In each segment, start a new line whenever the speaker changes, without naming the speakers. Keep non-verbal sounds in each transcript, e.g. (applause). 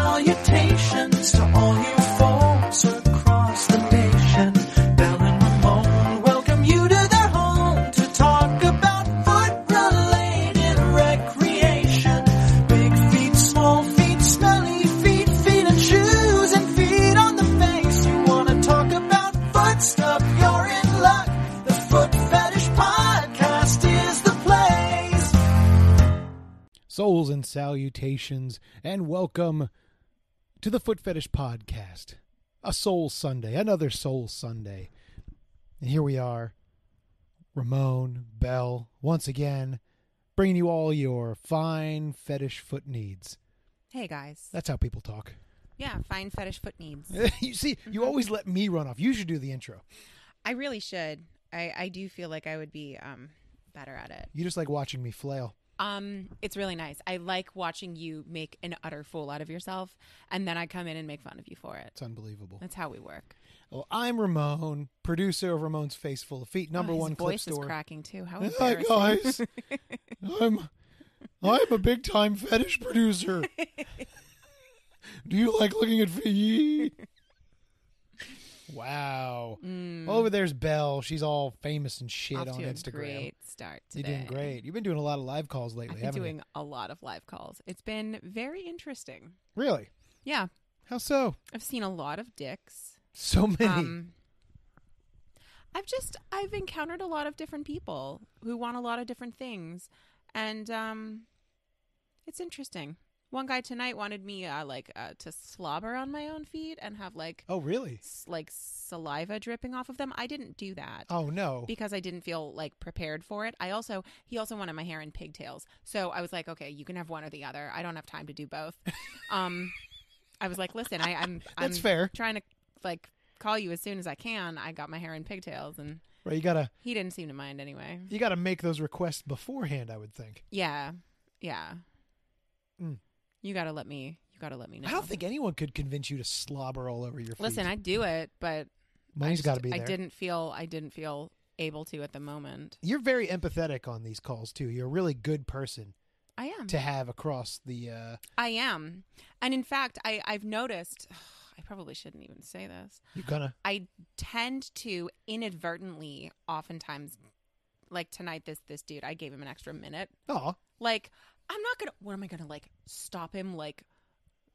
Salutations to all you folks across the nation. Bell and Ramon welcome you to their home to talk about foot related recreation. Big feet, small feet, smelly feet, feet and shoes, and feet on the face. You want to talk about foot stuff? You're in luck. The Foot Fetish Podcast is the place.
Souls and salutations, and welcome to the Foot Fetish Podcast. A Soul Sunday, another Soul Sunday. And here we are, Ramon, Bell, once again, bringing you all your fine fetish foot needs.
Hey guys.
That's how people talk. (laughs)
Yeah, fine fetish foot needs.
you see,
Mm-hmm.
you always let me run off. You should do the intro.
I really should. I, I do feel like I would be um better at it.
You just like watching me flail.
Um, it's really nice. I like watching you make an utter fool out of yourself, and then I come in and make fun of you for it.
It's unbelievable.
That's how we work.
Well, I'm Ramon, producer of Ramon's Face Full of Feet, number
Oh, his
one clip
voice
store.
is cracking
(laughs)
too. How
Hi
embarrassing.
guys,
(laughs)
I'm I'm a big time fetish producer. Do you like looking at feet? Wow. Over there's Belle. She's all famous and shit
Hmm. Off
on
to a
Instagram.
great start
You're
today.
doing great. You've been doing a lot of live calls lately,
I've been
haven't
doing a lot of live calls. It's been very interesting.
you? Really?
Yeah,
How so?
I've seen a lot of dicks.
So many.
um, I've just I've encountered a lot of different people who want a lot of different things, and um, it's interesting. One guy tonight wanted me uh, like uh, to slobber on my own feet and have like
oh really?
s- like saliva dripping off of them. I didn't do that
Oh no.
because I didn't feel like prepared for it. I also he also wanted my hair in pigtails, so I was like, okay, you can have one or the other. I don't have time to
(laughs)
do both. um, I was like, listen, I, I'm
That's
I'm
fair.
Trying to like call you as soon as I can. I got my hair in pigtails, and
Right, you gotta
he didn't seem to mind anyway.
you gotta make those requests beforehand, I would think.
Yeah, yeah.
Mm.
You gotta let me. You gotta let me know.
I don't think anyone could convince you to slobber all over your feet.
Listen, I do it, but I
Money's
just-
got to be
I
there.
didn't feel. I didn't feel able to at the moment.
You're very empathetic on these calls too. You're a really good person
I am.
to have across the. Uh,
I am. And in fact, I, I've noticed, (sighs) I probably shouldn't even say this.
you gonna
I tend to inadvertently, oftentimes, like tonight, this this dude, I gave him an extra minute.
oh
Like, I'm not gonna. What am I gonna like? Stop him like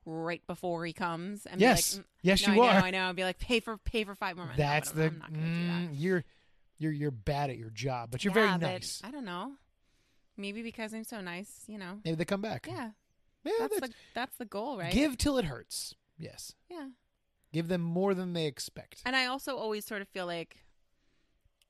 right before he comes? And
yes
Be like, "Mm,
yes
no,
you
I
(laughs) are.
know, I know. And be like, pay for pay for five more minutes. No,
That's
I don't-
the
I'm not gonna do
mm, you're you're you're bad at your job, but
that.
you're
Yeah,
very
but
nice.
I don't know. Maybe because I'm so nice, you know.
Maybe they come back.
Yeah,
Yeah,
that's
that's-
the that's the goal, right?
give till it hurts. Yes,
yeah.
give them more than they expect.
And I also always sort of feel like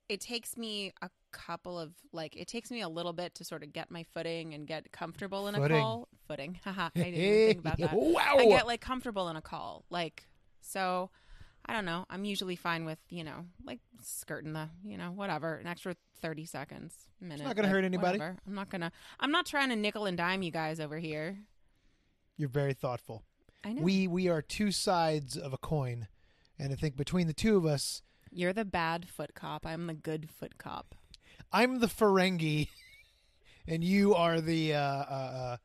it takes me a couple of like it takes me a little bit to sort of get my footing and get comfortable in
Footing.
a call. Footing. (laughs) Haha. I didn't
(laughs)
even think about that.
wow.
I get like comfortable in a call. Like so I don't know. I'm usually fine with, you know, like skirting the, you know, whatever, an extra 30 seconds, minute.
not gonna
like,
hurt anybody.
whatever. I'm not going to I'm not trying to nickel and dime you guys over here.
you're very thoughtful.
I know.
We we are two sides of a coin, and I think between the two of us,
You're the bad foot cop. I'm the good foot cop.
I'm the Ferengi, (laughs) and you are the uh, uh, uh,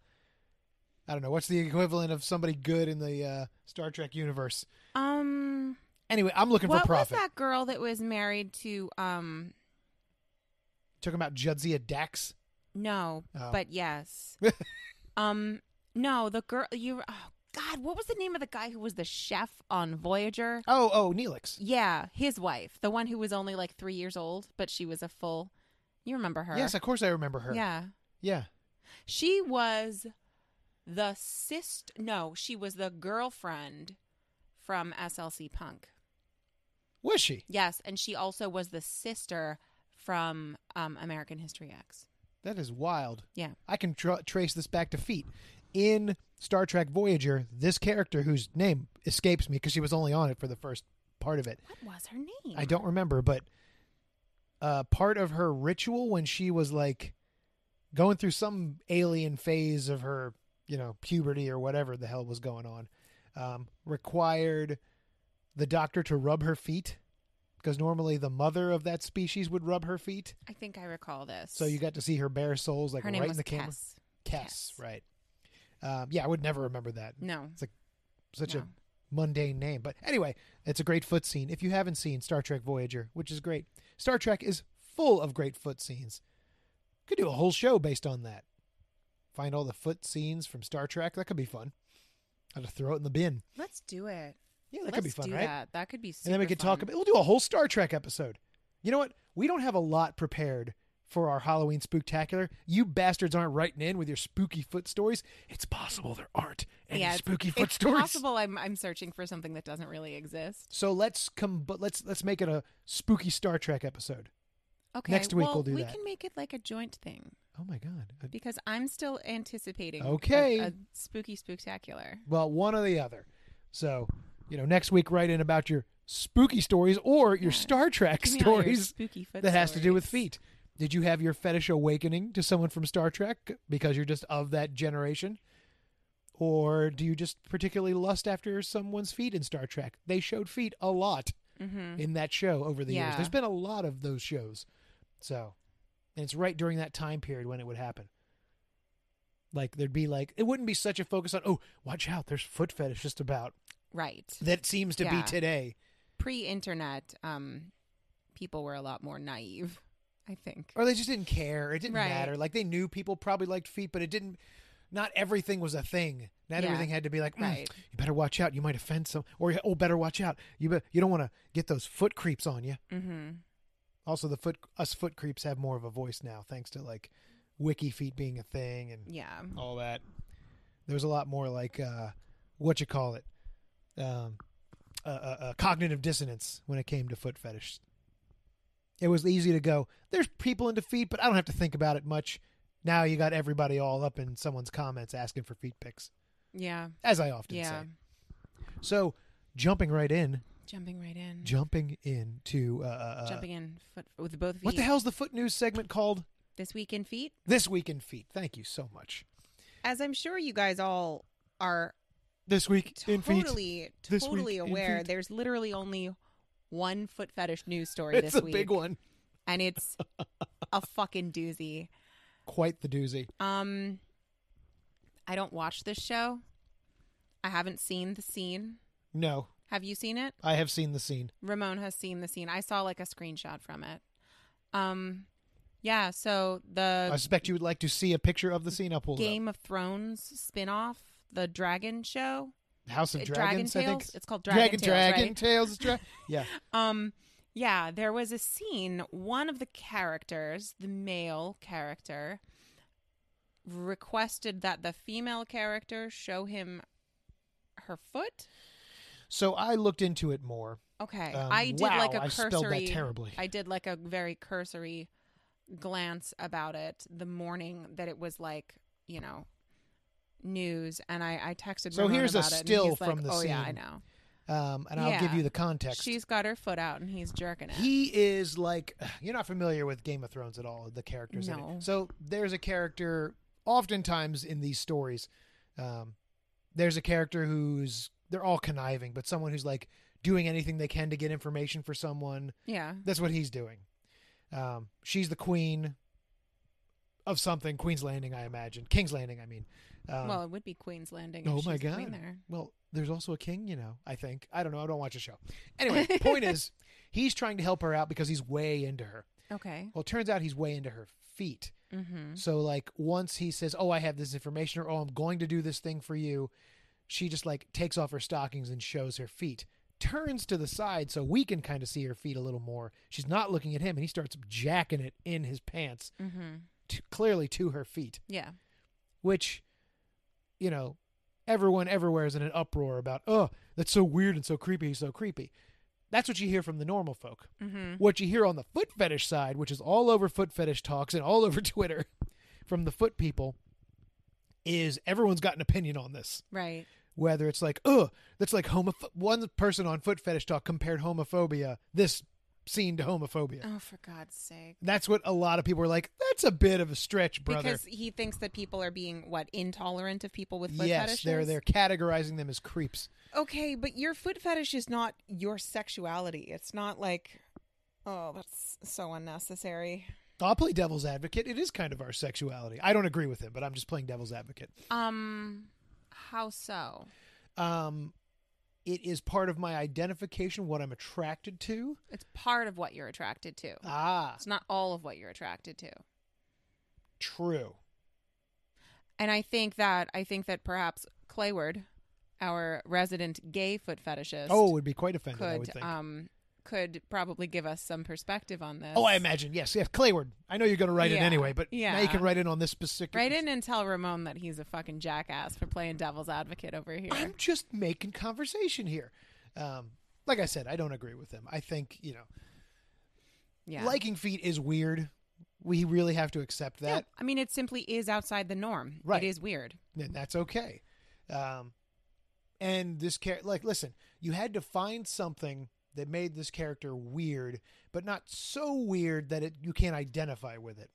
I don't know what's the equivalent of somebody good in the uh, Star Trek universe.
Um
Anyway, I'm looking
what
for profit.
was that girl that was married to um
Talking about Judzia Dax.
no,
Oh. (laughs)
but yes. um no, the girl you oh god, what was the name of the guy who was the chef on Voyager?
Oh, oh, Neelix.
Yeah, his wife, the one who was only like 3 years old, but she was a full You remember her?
Yes, of course I remember her.
Yeah.
yeah.
She was the sister No, she was the girlfriend from SLC Punk.
Was she?
Yes, and she also was the sister from um, American History X.
That is wild.
Yeah.
I can tra- trace this back to feet. In Star Trek Voyager, this character whose name escapes me because she was only on it for the first part of it.
What was her name?
I don't remember, but uh, part of her ritual when she was like going through some alien phase of her, you know, puberty or whatever the hell was going on, um, required the doctor to rub her feet because normally the mother of that species would rub her feet.
I think I recall this.
So you got to see her bare soles like
her name
right
was
in the camera.
Tess.
Kess,
Kess.
right? Um, yeah, I would never remember that.
No.
Such a
No.
mundane name. But anyway, it's a great foot scene. If you haven't seen Star Trek Voyager, which is great, Star Trek is full of great foot scenes. Could do a whole show based on that. Find all the foot scenes from Star Trek. That could be fun. I'll just throw it in the bin.
Let's do it.
Yeah, that
Let's
could be fun,
do
right?
That. that could be super
and then we could talk
fun.
about. We'll do a whole Star Trek episode. You know what? We don't have a lot prepared for our Halloween spooktacular. You bastards aren't writing in with your spooky foot stories. It's possible there aren't any
yeah, it's-
spooky foot
it's
stories.
possible I'm I'm searching for something that doesn't really exist.
So let's come, but let's let's make it a spooky Star Trek episode.
Okay.
Next week
well,
we'll do
we
that.
can make it like a joint thing
Oh my god! Uh,
because I'm still anticipating a-
Okay.
a, spooky spooktacular.
Well, one or the other. So you know, next week write in about your spooky stories or your
Yeah.
Star Trek
Give me all your
stories
spooky foot
that has to do with
stories.
feet. Did you have your fetish awakening to someone from Star Trek because you're just of that generation? Or do you just particularly lust after someone's feet in Star Trek? They showed feet a lot
Mm-hmm.
in that show over the years.
Yeah.
There's been a lot of those shows. So, and it's right during that time period when it would happen. Like, there'd be like, it wouldn't be such a focus on, oh, watch out, there's foot fetish just about.
Right.
That seems to
Yeah.
be today.
Pre-internet, um, people were a lot more naive. I think.
or they just didn't care. It didn't
Right.
matter. Like they knew people probably liked feet, but it didn't. Not everything was a thing. Not
Yeah.
everything had to be like, mm,
Right.
you better watch out. You might offend some, or oh, better watch out. You be, you don't want to get those foot creeps on you.
Mm-hmm.
Also, the foot us foot creeps have more of a voice now, thanks to like wiki feet being a thing and
Yeah.
Mm-hmm. all that. There's a lot more like uh, what you call it, um, uh, uh, uh, cognitive dissonance when it came to foot fetish. It was easy to go. There's people into feet, but I don't have to think about it much. Now you got everybody all up in someone's comments asking for feet pics,
Yeah.
as I often
Yeah.
say. So, jumping right in,
Jumping right in.
jumping into uh, uh, uh,
Jumping in foot with both feet.
What the hell's the foot news segment called?
This week in feet.
This week in feet. Thank you so much.
As I'm sure you guys all are
This week in feet.
totally,
This week
totally
in
aware.
feet.
There's literally only one foot fetish news story
It's
this
a
week,
big one.
and
(laughs)
it's a fucking doozy.
Quite the doozy.
Um, I don't watch this show. I haven't seen the scene.
No,
Have you seen it?
I have seen the scene.
Ramon has seen the scene. I saw like a screenshot from it. Um, yeah. So
I
the
suspect you would like to see a picture of the scene. I'll pull it
Game of Thrones spin-off, the Dragon
up.
Show,
House of
uh,
Dragons, I think.
Tales. It's called Dragon, Tales,
Dragon
right?
Tales. Dra-
(laughs)
yeah.
Um, yeah, there was a scene. One of the characters, the male character, requested that the female character show him her foot.
So I looked into it more.
Okay,
Um,
I did
wow,
like a
I
cursory.
spelled that terribly.
I did like a very cursory glance about it the morning that it was like you know news, and I I texted.
So
Ramon
here's a
about it, and
still
he's like,
from the
Oh yeah, I
scene.
know.
Um, and I'll give
Yeah.
you the context.
She's got her foot out, and he's jerking it.
he is like (sighs) you're not familiar with Game of Thrones at all. The characters in
No.
it. So there's a character. Oftentimes in these stories, um, there's a character who's they're all conniving, but someone who's like doing anything they can to get information for someone.
yeah,
That's what he's doing. Um, she's the queen of something, Queen's Landing, I imagine. King's Landing, I mean. Um,
well, it would be Queen's Landing.
oh
if
my
she's the Queen
God.
there.
well, there's also a king, you know, I think. I don't know. I don't watch the show. Anyway,
(laughs)
point is, he's trying to help her out because he's way into her.
Okay.
Well, it turns out he's way into her feet.
Mm-hmm.
So, like, once he says, Oh, I have this information, or Oh, I'm going to do this thing for you, she just, like, takes off her stockings and shows her feet, turns to the side so we can kind of see her feet a little more. She's not looking at him, and he starts jacking it in his pants.
Mm-hmm.
to, clearly to her feet,
Yeah.
which, you know, everyone everywhere is in an uproar about, oh, that's so weird and so creepy, so creepy. That's what you hear from the normal folk.
Mm-hmm.
What you hear on the foot fetish side, which is all over foot fetish talks and all (laughs) over Twitter from the foot people, is everyone's got an opinion on this.
Right.
Whether it's like, oh, that's like homoph- one person on foot fetish talk compared homophobia, this scene to homophobia.
Oh, for God's sake.
That's what a lot of people are like, that's a bit of a stretch, brother.
Because he thinks that people are being what intolerant of people with foot
yes,
fetishes.
they're they're categorizing them as creeps.
Okay, but your foot fetish is not your sexuality. It's not like, oh, that's so unnecessary.
I'll play devil's advocate. It is kind of our sexuality. I don't agree with him, but I'm just playing devil's advocate.
Um, how so?
Um, it is part of my identification, what I'm attracted to.
It's part of what you're attracted to.
Ah,
It's not all of what you're attracted to.
true.
And I think that I think that perhaps Clayward, our resident gay foot fetishist,
Oh, it would be quite offended, I would
could
think.
um could probably give us some perspective on this.
oh, I imagine. Yes, yes. Clayward. I know you're going to write in
Yeah,
anyway, but now you
yeah.
can write in on this specific.
Right in and tell Ramon that he's a fucking jackass for playing devil's advocate over here.
I'm just making conversation here. Um, like I said, I don't agree with him. I think you know,
yeah.
liking feet is weird. We really have to accept
Yeah,
that,
I mean, it simply is outside the norm.
Right.
It is weird.
and that's okay. Um, and this character, like, listen, you had to find something that made this character weird, but not so weird that it you can't identify with it.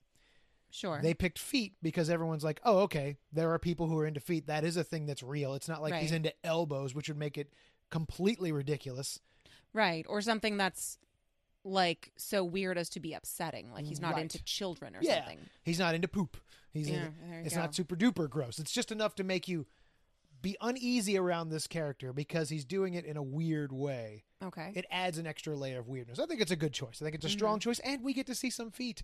Sure.
They picked feet because everyone's like, oh, okay, there are people who are into feet. That is a thing that's real. It's not like he's
Right.
into elbows, which would make it completely ridiculous.
right. Or something that's like so weird as to be upsetting. Like he's not
Right.
into children or
yeah,
something.
he's not into poop. He's
Yeah,
into,
there you
it's
go.
not super duper gross. It's just enough to make you be uneasy around this character because he's doing it in a weird way.
Okay.
It adds an extra layer of weirdness. I think it's a good choice. I think it's a strong
Mm-hmm.
choice, and we get to see some feet.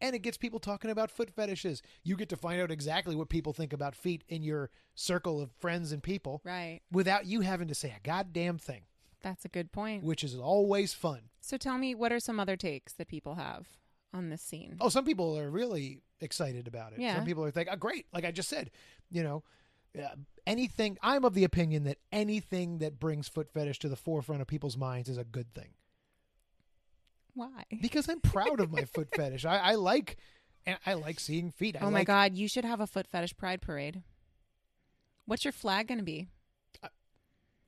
And it gets people talking about foot fetishes. You get to find out exactly what people think about feet in your circle of friends and people.
right.
without you having to say a goddamn thing,
That's a good point.
which is always fun.
So tell me, what are some other takes that people have on this scene?
Oh, some people are really excited about it.
Yeah.
Some people are like, oh, great. Like I just said, you know, uh, anything. I'm of the opinion that anything that brings foot fetish to the forefront of people's minds is a good thing
Why?
because I'm proud of my foot fetish. I, I like, and I like seeing feet. I
oh my
like-
God, you should have a foot fetish pride parade. What's your flag going to be?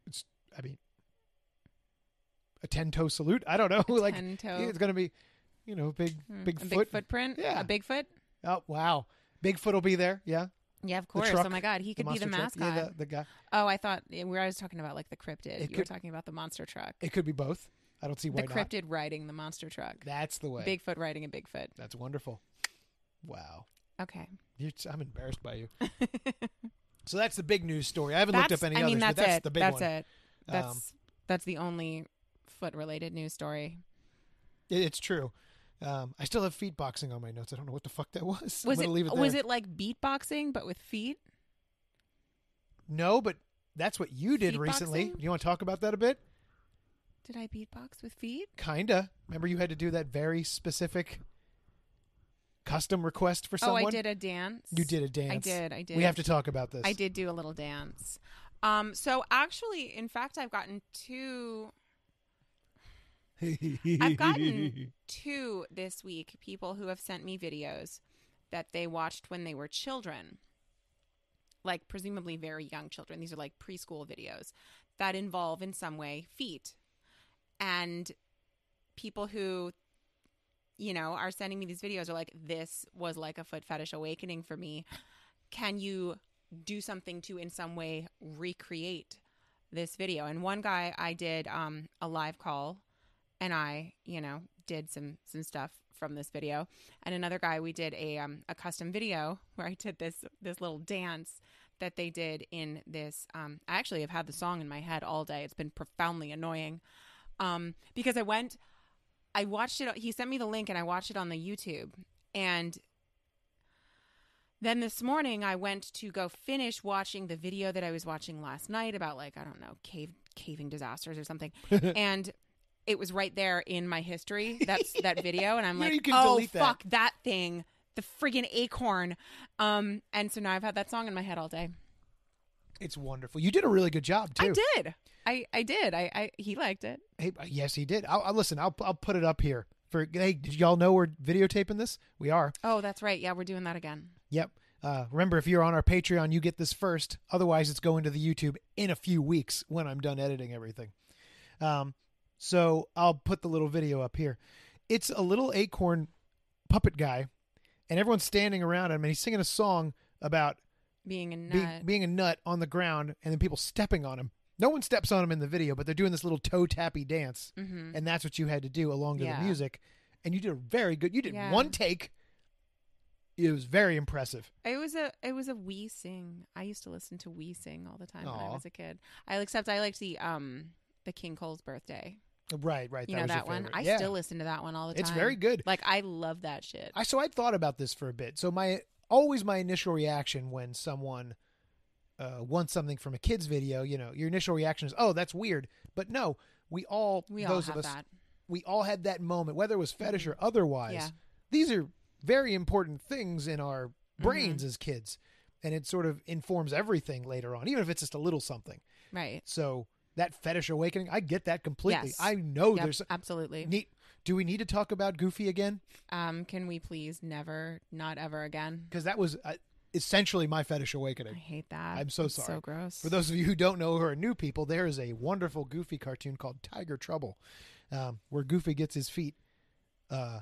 It's, I mean, a ten toe salute. I don't know. (laughs) like
10-toe.
it's gonna be, you know, big,
Hmm,
big
a
foot.
big footprint?
Yeah.
A Bigfoot?
Oh wow, Bigfoot will be there. Yeah.
Yeah, of
The
course.
truck,
oh my God, he could be the
monster
mascot.
truck. Yeah, the, the guy.
Oh, I thought yeah, we were. I was talking about like the cryptid.
It
you were
could-
talking about the monster truck.
It could be both. I don't see why
the cryptid riding the monster truck.
not. That's the way.
Bigfoot riding a Bigfoot.
That's wonderful. Wow.
Okay,
You're, I'm embarrassed by
(laughs)
you. so that's the big news story. I haven't looked
That's-
up any
I mean,
others,
that's
but that's
it.
the big
that's
one.
it. That's
Um,
that's the only foot-related news story.
It- It's true. Um, I still have feet boxing on my notes. I don't know what the fuck that (laughs) was. I'm
Was it,
gonna leave it there.
was it like beatboxing but with feet?
No, but that's what you did
Feet
recently.
boxing?
You want to talk about that a bit?
Did I beatbox with feet?
Kinda. Remember, you had to do that very specific custom request for someone.
Oh, I did a dance.
You did a dance.
I did. I did.
We have to talk about this.
I did do a little dance. Um. So actually, in fact, I've gotten two
(laughs)
I've gotten two this week people who have sent me videos that they watched when they were children, like presumably very young children. These are like preschool videos that involve, in some way, feet. And people who, you know, are sending me these videos are like, this was like a foot fetish awakening for me. Can you do something to, in some way, recreate this video? And one guy, I did um, a live call and I, you know, did some some stuff from this video. And another guy, we did a um, a custom video (laughs) where I did this this little dance that they did in this. Um, I actually have had the song in my head all day. It's been profoundly annoying um, because I went, I watched it. He sent me the link, and I watched it on the YouTube. And then this morning, I went to go finish watching the video that I was watching last night about like I don't know cave caving disasters
(laughs)
or something, and it was right there in my history.
(laughs)
That's that video, and I'm
You know,
like,
you can
oh
delete that.
fuck that thing, the friggin' acorn. Um, and so now I've had that song in my head all day.
It's wonderful. You did a really good job too.
I did. I, I did. I, I he liked it.
Hey, uh, yes, he did. I'll, I'll listen. I'll I'll put it up here for. Hey, did y'all know we're videotaping this? We are.
Oh, that's right. Yeah, we're doing that again.
Yep. Uh, remember, if you're on our Patreon, you get this first. Otherwise, it's going to the YouTube in a few weeks when I'm done editing everything. Um, so I'll put the little video up here. It's a little acorn puppet guy, and everyone's standing around him, and he's singing a song about
Being a nut.
being, being a nut on the ground and then people stepping on him. No one steps
Mm-hmm.
on him in the video, but they're doing this little toe tappy dance, and that's what you had to do along to
Yeah.
the music. and you did a very good. You did
Yeah.
one take. It was very impressive.
It was a it was a wee sing. I used to listen to wee sing all the time when I
Aw.
was a kid. I except I liked the um the King Cole's birthday.
Right, right.
You
that
know
was your
that one?
favorite.
I
Yeah.
still listen to that one all the time.
It's very good.
Like I love that shit.
I so I thought about this for a bit. So my always my initial reaction when someone uh, wants something from a kid's video, you know, your initial reaction is, "Oh, that's weird." But no, we all
we all
those
have
of us
that. Mm-hmm.
we all had that moment, whether it was fetish or otherwise.
Yeah.
These are very important things in our brains
Mm-hmm.
as kids, and it sort of informs everything later on, even if it's just a little something.
Right.
So that fetish awakening, I get that completely.
Yes.
I know
Yep,
Oh, there's
absolutely.
need. Do we need to talk about Goofy again?
um, can we please never, not ever again?
because that was uh, essentially my fetish
I
awakening.
hate that.
I'm so
It's
sorry.
So gross.
For those of you who don't know who are new people, there is a wonderful Goofy cartoon called Tiger Trouble, um, where Goofy gets his feet uh,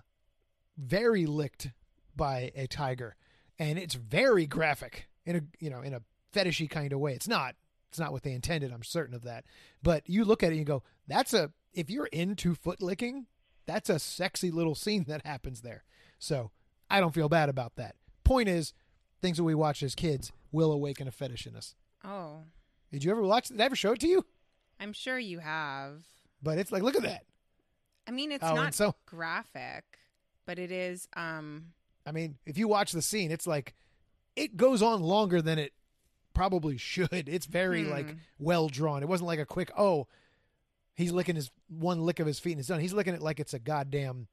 very licked by a tiger, and it's very graphic in a you know in a fetishy kind of way. It's not it's not what they intended. I'm certain of that. But you look at it and you go, that's a if you're into foot licking, that's a sexy little scene that happens there. So I don't feel bad about that. Point is, things that we watch as kids will awaken a fetish in us.
oh,
Did you ever watch? Did I ever show it to you?
I'm sure you have.
But it's like, look at that.
I mean, it's
Oh, and
not
so-
graphic, but it is. Um,
I mean, if you watch the scene, it's like it goes on longer than it probably should. It's very
Hmm.
like well drawn. It wasn't like a quick oh, he's licking his one lick of his feet and it's done. He's licking it like it's a goddamn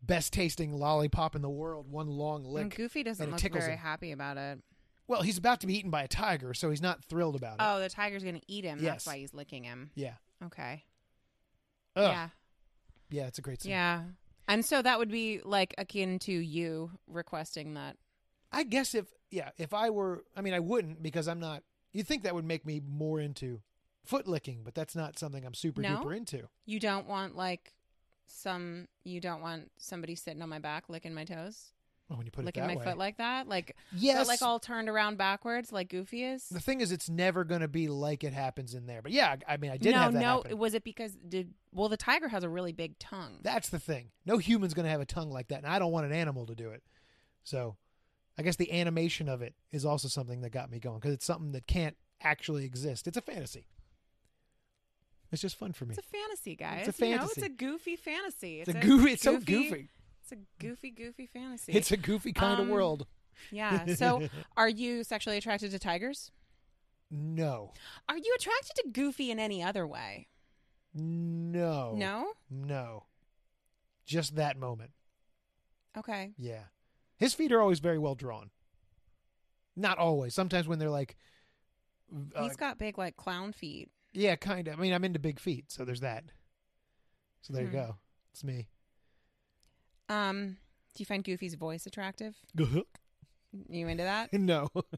best tasting lollipop in the world. One long
and
lick.
Goofy doesn't
it
look
tickles
very
him.
happy about it.
well, he's about to be eaten by a tiger, so he's not thrilled about it.
Oh, the tiger's gonna eat him.
Yes.
That's why he's licking him.
Yeah.
Okay.
Ugh. Yeah.
Yeah.
it's a great scene.
Yeah. And so that would be like akin to you requesting that.
I guess if yeah, if I were, I mean, I wouldn't because I'm not. You think that would make me more into foot licking, but that's not something I'm super
No?
duper into.
You don't want like some. You don't want somebody sitting on my back licking my toes,
Well, when you put
licking
it
my
that way,
foot like that, like
yes.
but like all turned around backwards, like Goofy is.
the thing is, it's never going to be like it happens in there. But yeah, I I mean, I did
no,
have that
no.
happen.
Was it because did well? The tiger has a really big tongue.
That's the thing. No human's going to have a tongue like that, and I don't want an animal to do it. So, I guess the animation of it is also something that got me going because it's something that can't actually exist. It's a fantasy. It's just fun for me.
it's a fantasy, guys.
It's a
You know,
fantasy.
it's a goofy fantasy.
It's a goofy. It's so goofy.
It's a goofy, goofy fantasy.
It's a goofy kind of
Um,
world.
yeah.
(laughs)
So, are you sexually attracted to tigers?
No.
Are you attracted to Goofy in any other way?
No.
No.
No. Just that moment.
Okay.
Yeah. His feet are always very well drawn. Not always. Sometimes when they're like uh,
He's got big like clown feet.
Yeah, kind of. I mean, I'm into big feet, so there's that. So there you
Hmm.
go. It's me. (laughs)
Um, do you find Goofy's voice attractive? You into that?
no.
Okay.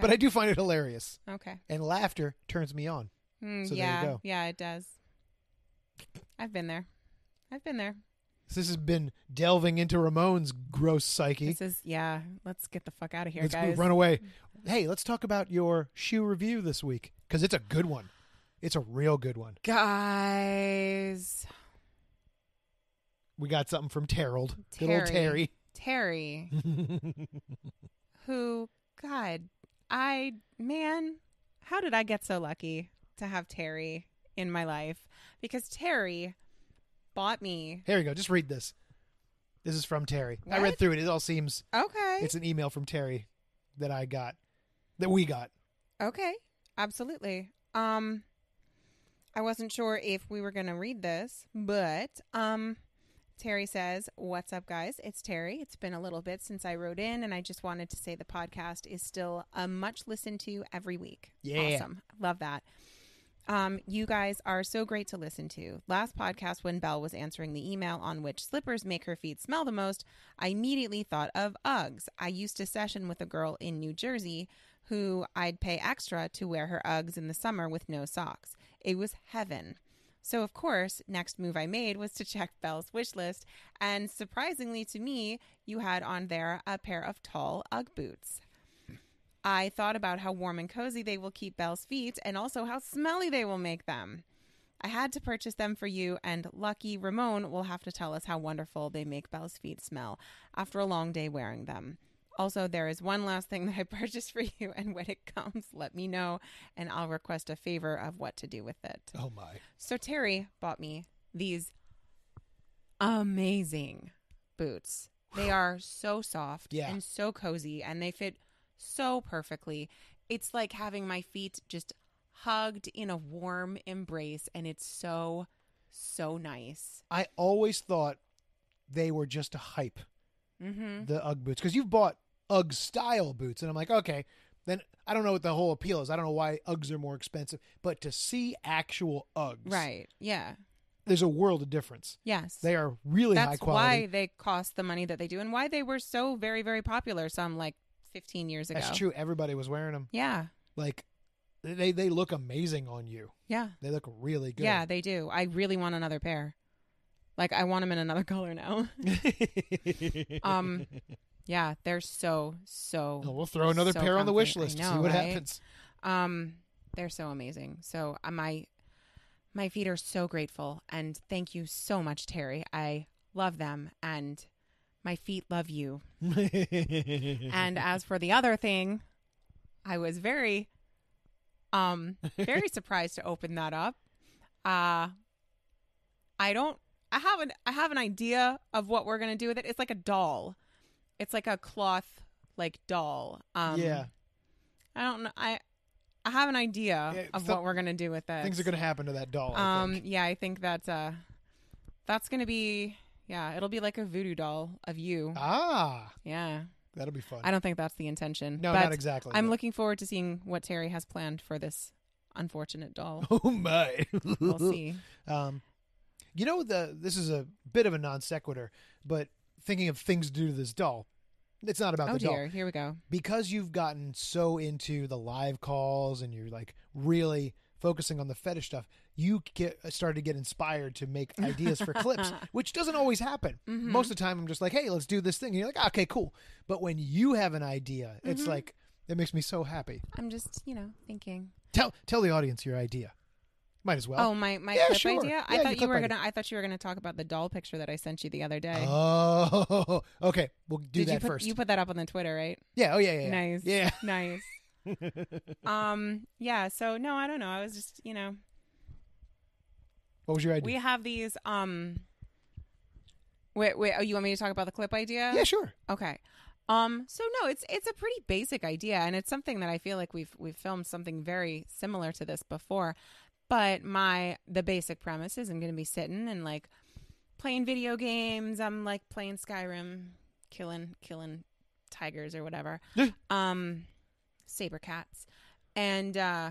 (laughs) But I do find it hilarious.
okay.
And laughter turns me on.
Mm,
So there you
yeah,
go.
yeah, it does. I've been there. I've been there.
So this has been delving into Ramon's gross psyche.
This is yeah. Let's get the fuck out of here,
let's
guys.
run away. Hey, let's talk about your shoe review this week because it's a good one. It's a real good one.
Guys,
We got something from Terrell. Good
Terry.
old (laughs)
Terry,
Terry.
who, God, I, man, how did I get so lucky to have Terry in my life? Because Terry bought me.
Here we go. Just read this. This is from Terry. I read
What?
through it. It all seems
Okay.
it's an email from Terry that I got that we got.
Okay, absolutely. Um I wasn't sure if we were going to read this, but um Terry says, "What's up guys? It's Terry. It's been a little bit since I wrote in and I just wanted to say the podcast is still a much listened to every week."
Yeah.
Awesome. Love that. Um, you guys are so great to listen to. Last podcast, when Belle was answering the email on which slippers make her feet smell the most, I immediately thought of Uggs. I used to session with a girl in New Jersey who I'd pay extra to wear her Uggs in the summer with no socks. It was heaven. So, of course, next move I made was to check Belle's wish list. And surprisingly to me, you had on there a pair of tall Ugg boots. I thought about how warm and cozy they will keep Belle's feet and also how smelly they will make them. I had to purchase them for you, and lucky Ramon will have to tell us how wonderful they make Belle's feet smell after a long day wearing them. Also, there is one last thing (laughs) that I purchased for you, and when it comes, let me know, and I'll request a favor of what to do with it.
Oh my.
So Terry bought me these amazing boots. They are so soft
Yeah.
and so cozy and they fit so perfectly. It's like having my feet just hugged in a warm embrace and it's so so nice.
I always thought they were just a hype,
Mhm.
the UGG boots, because you've bought UGG style boots, and I'm like, okay, then I don't know what the whole appeal is. I don't know why UGGs are more expensive, but to see actual UGGs,
Right. Yeah.
there's a world of difference.
Yes.
They are really high
That's
quality.
why they cost the money that they do and why they were so very very popular some like 15 years ago.
That's true. Everybody was wearing them.
Yeah.
Like, they they look amazing on you.
Yeah.
They look really good. (laughs)
Yeah, they do. I really want another pair. Like I want them in another (laughs) color now. um, yeah, they're so so.
Oh, we'll throw another
So
pair on the wish
comfy. I
list to
know,
see what
right?
happens.
Um, they're so amazing. So uh, my my feet are so grateful, and thank you so much, Terry. I love them, and my feet love you. And as for the other thing, I was very, um,
(laughs)
very surprised to open that up. Uh, I don't. I have an. I have an idea of what we're gonna do with it. It's like a doll. It's like a cloth like doll. (laughs) Um,
yeah,
I don't know. I I have an idea
Yeah,
of
some-
what we're gonna do with it.
things are going to happen to that doll. I
Um.
think.
Yeah, I think that's uh, that's gonna be. Yeah, it'll be like a voodoo doll of you.
Ah,
yeah,
that'll be fun.
I don't think that's the intention.
no,
but
not exactly.
I'm
but-
looking forward to seeing what Terry has planned for this unfortunate doll.
(laughs) Oh my.
We'll see.
(laughs) Um, you know the this is a bit of a non sequitur, but thinking of things to do to this doll, it's not about
Oh
the doll
dear, here we go.
because you've gotten so into the live calls and you're like really focusing on the fetish stuff, you get uh, started to get inspired to
(laughs)
make ideas for clips, which doesn't always happen.
Mm-hmm.
Most of the time, I'm just like, hey, let's do this thing. And you're like, okay, cool. But when you have an idea, it's
Mm-hmm.
like it makes me so happy.
I'm just, you know, thinking.
Tell tell the audience your idea. Might as well.
oh, my my
yeah,
clip
sure.
idea.
Yeah,
I
your
thought you
clip
were
idea.
gonna. I thought you were gonna talk about the doll picture that I sent you the other day.
Oh, (laughs) okay. We'll do
Oh, Did
that
you put,
first.
You put that up on the Twitter, right?
yeah. Oh, yeah, yeah. yeah.
Nice.
Yeah. (laughs)
Nice. um. Yeah. So no, I don't know. I was just, you know,
What was your idea?
we have these. Um. Wait. Wait. Oh, you want me to talk about the clip idea?
yeah, sure.
Okay. Um so no, it's it's a pretty basic idea and it's something that I feel like we've we've filmed something very similar to this before. But my the basic premise is I'm going to be sitting and like playing video games. I'm like playing Skyrim, killing killing tigers or whatever.
Yeah.
um saber cats. And uh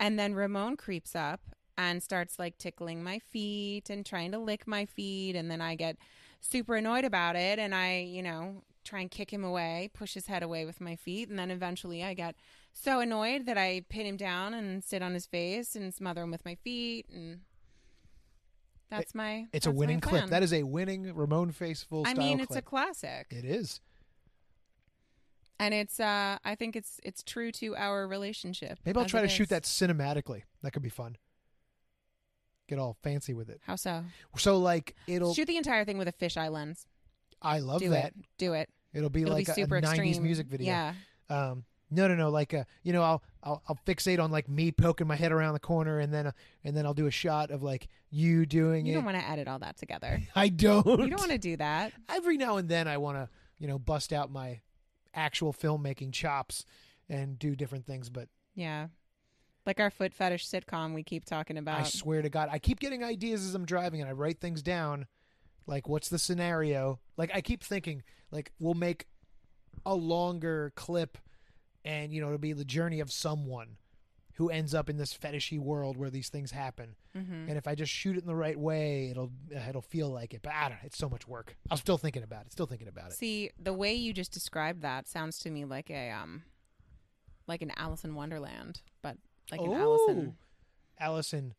and then Ramon creeps up and starts like tickling my feet and trying to lick my feet. And then I get super annoyed about it. And I, you know, try and kick him away, push his head away with my feet. And then eventually I get so annoyed that I pin him down and sit on his face and smother him with my feet. And that's my.
It's a winning clip. That is a winning Ramon Face full
I
style
mean, it's a
clip.
classic.
it is.
And it's, uh, I think it's, it's true to our relationship.
Maybe I'll
as
try
it
to shoot
is.
that cinematically. That could be fun. Get all fancy with it.
How so?
So like it'll.
Shoot the entire thing with a fisheye lens.
I love
do
that.
it. Do it.
It. will be
It'll
like
be
a-
super
a, '90s
extreme.
music video.
Yeah.
Um. No, no, no. Like uh, you know, I'll, I'll I'll fixate on like me poking my head around the corner, and then uh, and then I'll do a shot of like you doing
You
it.
don't want to edit all that together.
(laughs) I don't.
You don't want to do that.
every now and then I want to, you know, bust out my actual filmmaking chops and do different things. But
Yeah. Like our foot fetish sitcom we keep talking
I
about.
swear to God, I keep getting ideas as I'm driving and I write things down. Like, what's the scenario? Like, I keep thinking, like, we'll make a longer clip and, you know, it'll be the journey of someone who ends up in this fetishy world where these things happen.
Mhm.
And if I just shoot it in the right way, it'll it'll feel like it. But I don't know. It's so much work. I'm still thinking about it. Still thinking about it.
See, the way you just described that sounds to me like a um like an Alice in Wonderland, but like an Alice
Ooh.
in
Allison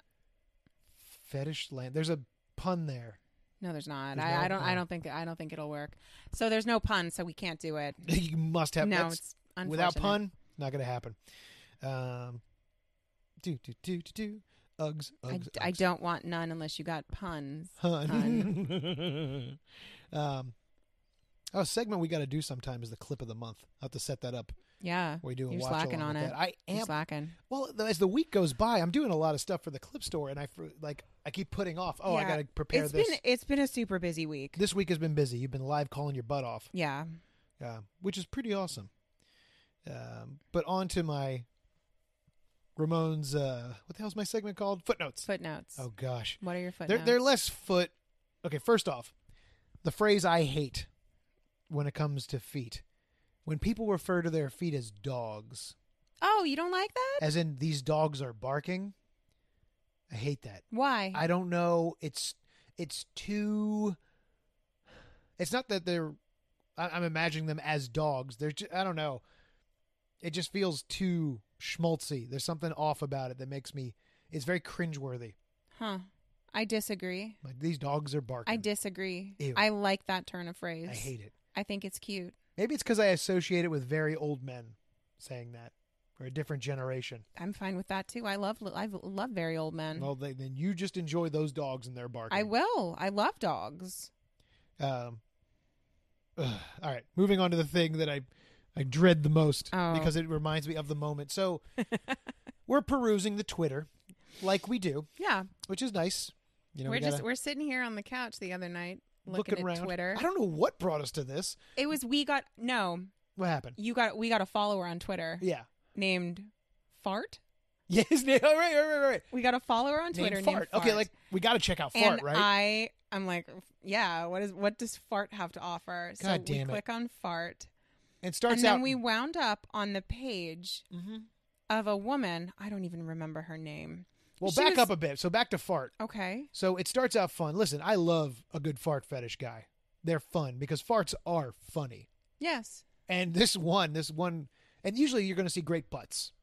Fetish Land. There's a pun there. (laughs)
No, there's not.
There's
I,
no-
I don't
oh.
I don't think I don't think it'll work. So there's no pun, so we can't do it.
you must have
no,
that's-
it's unfortunate.
without pun. Not gonna happen. Um, do do do do do. Uggs. Uggs.
I, I
Uggs.
don't want none unless you got puns. (laughs)
Hun. (laughs) um, oh, a segment we got to do sometime is the clip of the month. I have to set that up.
Yeah.
We do a
You're
watch
slacking
along
on
with
it.
that. I
You're
am.
slacking.
Well, th- as the week goes by, I'm doing a lot of stuff for the clip store, and I fr- like I keep putting off. Oh, I
Yeah.
got to prepare
It's
this.
been it's been a super busy week.
This week has been busy. You've been live calling your butt off,
yeah.
uh, which is pretty awesome. Um, but on to my Ramon's. Uh, what the hell's my segment called? Footnotes.
Footnotes.
oh gosh,
What are your footnotes?
they're they're less foot. Okay, first off, the phrase I hate when it comes to feet. When people refer to their feet as dogs,
oh, you don't like that?
as in these dogs are barking, I hate that.
Why?
I don't know. It's it's too. It's not that they're. I, I'm imagining them as dogs. They're. Just, I don't know. It just feels too schmaltzy. There's something off about it that makes me. It's very cringeworthy.
huh. I disagree.
Like these dogs are barking.
I disagree.
Ew.
I like that turn of phrase.
I hate it.
I think it's cute.
Maybe it's because I associate it with very old men saying that, or a different generation.
I'm fine with that too. I love I love very old men.
Well, they, then you just enjoy those dogs and their barking.
Mm-hmm. I will. I love dogs.
Um, (sighs) ugh, all right, moving on to the thing that I, I dread the most
Oh.
because it reminds me of the moment. So (laughs) we're perusing the Twitter, like we do,
Yeah.
which is nice. You know,
we're
we gotta
just we're sitting here on the couch the other night
look
looking at
around.
Twitter.
I don't know what brought us to this.
It was we got no,
What happened?
you got we got a follower on Twitter
Yeah. (laughs)
named Fart.
Yes. (laughs) Right. Right. Right. Right.
We got a follower on
Named
Twitter named
fart. Okay. Like we got to check out
and
fart. Right.
I I'm like, yeah, what is what does Fart have to offer? So
God
we
damn it.
click on Fart.
and starts
and then
out. (laughs)
we wound up on the page
Mhm.
of a woman. I don't even remember her name.
Well,
she
back
was-
up a bit. So back to fart.
Okay.
So it starts out fun. Listen, I love a good fart fetish guy. They're fun because farts are funny.
Yes.
And this one, this one, and usually you're going to see great butts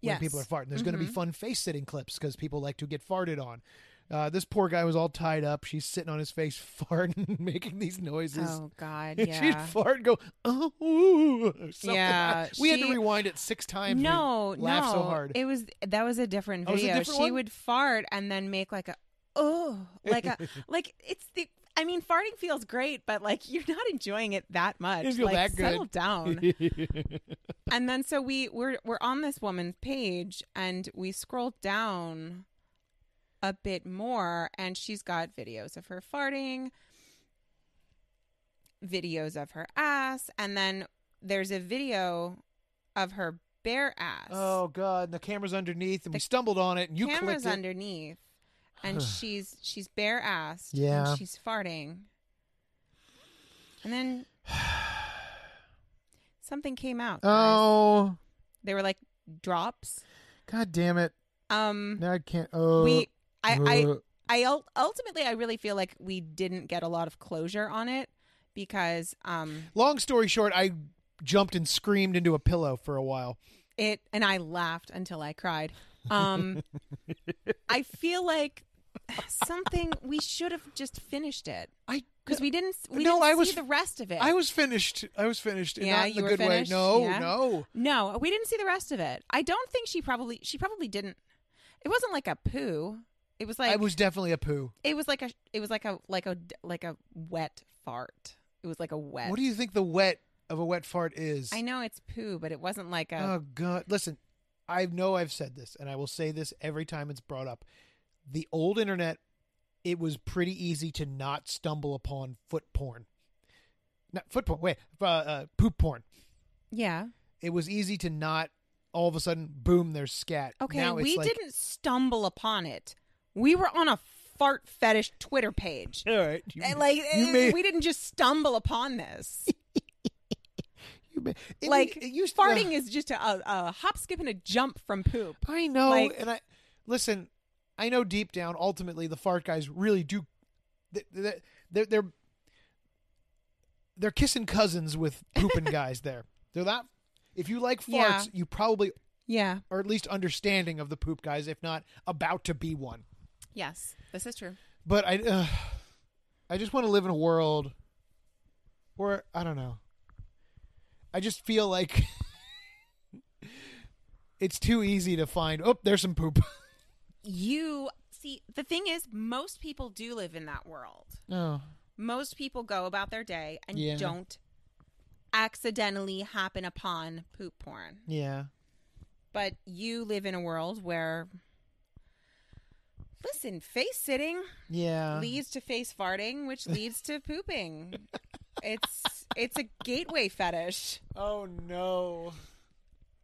when
Yes. Mm-hmm.
people are farting. There's going to be fun face sitting clips because people like to get farted on. Uh, this poor guy was all tied up. She's sitting on his face, (laughs) farting, making these noises.
Oh
(laughs)
God.
And she'd
Yeah.
fart and go, oh, ooh, or something.
Yeah,
(laughs) we had to
she-
rewind it six times. We
No,
laughed
no.
so hard. (laughs)
It was that was a different
Oh, it was a
video.
different
she
one?
would fart and then make like a oh, like
(laughs)
a like it's the. I mean, farting feels great, but like (laughs) you're not enjoying it that much.
Didn't feel
like,
that good. (laughs)
settle down. and then so we we're we're on this woman's page and we scroll down a bit more and she's got videos of her farting videos of her ass and then there's a video of her bare ass
oh, God. And the camera's underneath, and we stumbled on it, and you
camera's
clicked it.
underneath
(sighs)
and she's she's bare assed
Yeah.
and she's farting and then
(sighs)
something came out guys.
oh,
they were like drops
God damn it.
um
Now I can't. Oh.
we I, I
uh.
I ul- ultimately I really feel like we didn't get a lot of closure on it because um
Long story short, I jumped and screamed into a pillow for a while.
it and I laughed until I cried.
(laughs)
Um I feel like something we should have just finished it
I
because we didn't we
No,
didn't
I
see
was-
the rest of it.
I was finished. I was finished. and
Yeah,
not in
you
a
were
good
finished?
way. No,
Yeah.
no.
no, we didn't see the rest of it. I don't think she probably she probably didn't. It wasn't like a poo. It was like
I was definitely a poo.
it was like a it was like a like a like a wet fart. It was like a wet.
What do you think the wet of a wet fart is?
I know it's poo, but it wasn't like a
Oh god. Listen, I know I've said this and I will say this every time it's brought up. The old internet, it was pretty easy to not stumble upon foot porn. Not foot porn. Wait, uh, uh, poop porn.
yeah.
It was easy to not all of a sudden boom there's scat.
Okay,
Now it's
we
like-
didn't stumble upon it. We were on a fart fetish Twitter page.
All right. You,
And like
you
eh,
may-
we didn't just stumble upon this.
(laughs) you may- it-
like
it used- uh,
farting
ugh,
is just a, a hop, skip, and a jump from poop.
I know,
like-
and I listen. I know deep down, ultimately, the fart guys really do. th- th- They're they're they're kissing cousins with pooping
(laughs)
guys. There, they're not. If you like farts,
Yeah.
you probably
Yeah.
are at least understanding of the poop guys, if not about to be one.
Yes, this is true.
But I, uh, I just want to live in a world where I don't know. I just feel like (laughs) it's too easy to find. Oh, there's some poop. (laughs)
you see, the thing is, most people do live in that world.
Oh,
Most people go about their day and
Yeah.
don't accidentally happen upon poop porn.
yeah.
But you live in a world where, listen, face sitting
Yeah.
leads to face farting, which leads to pooping.
(laughs)
It's it's a gateway fetish,
Oh no.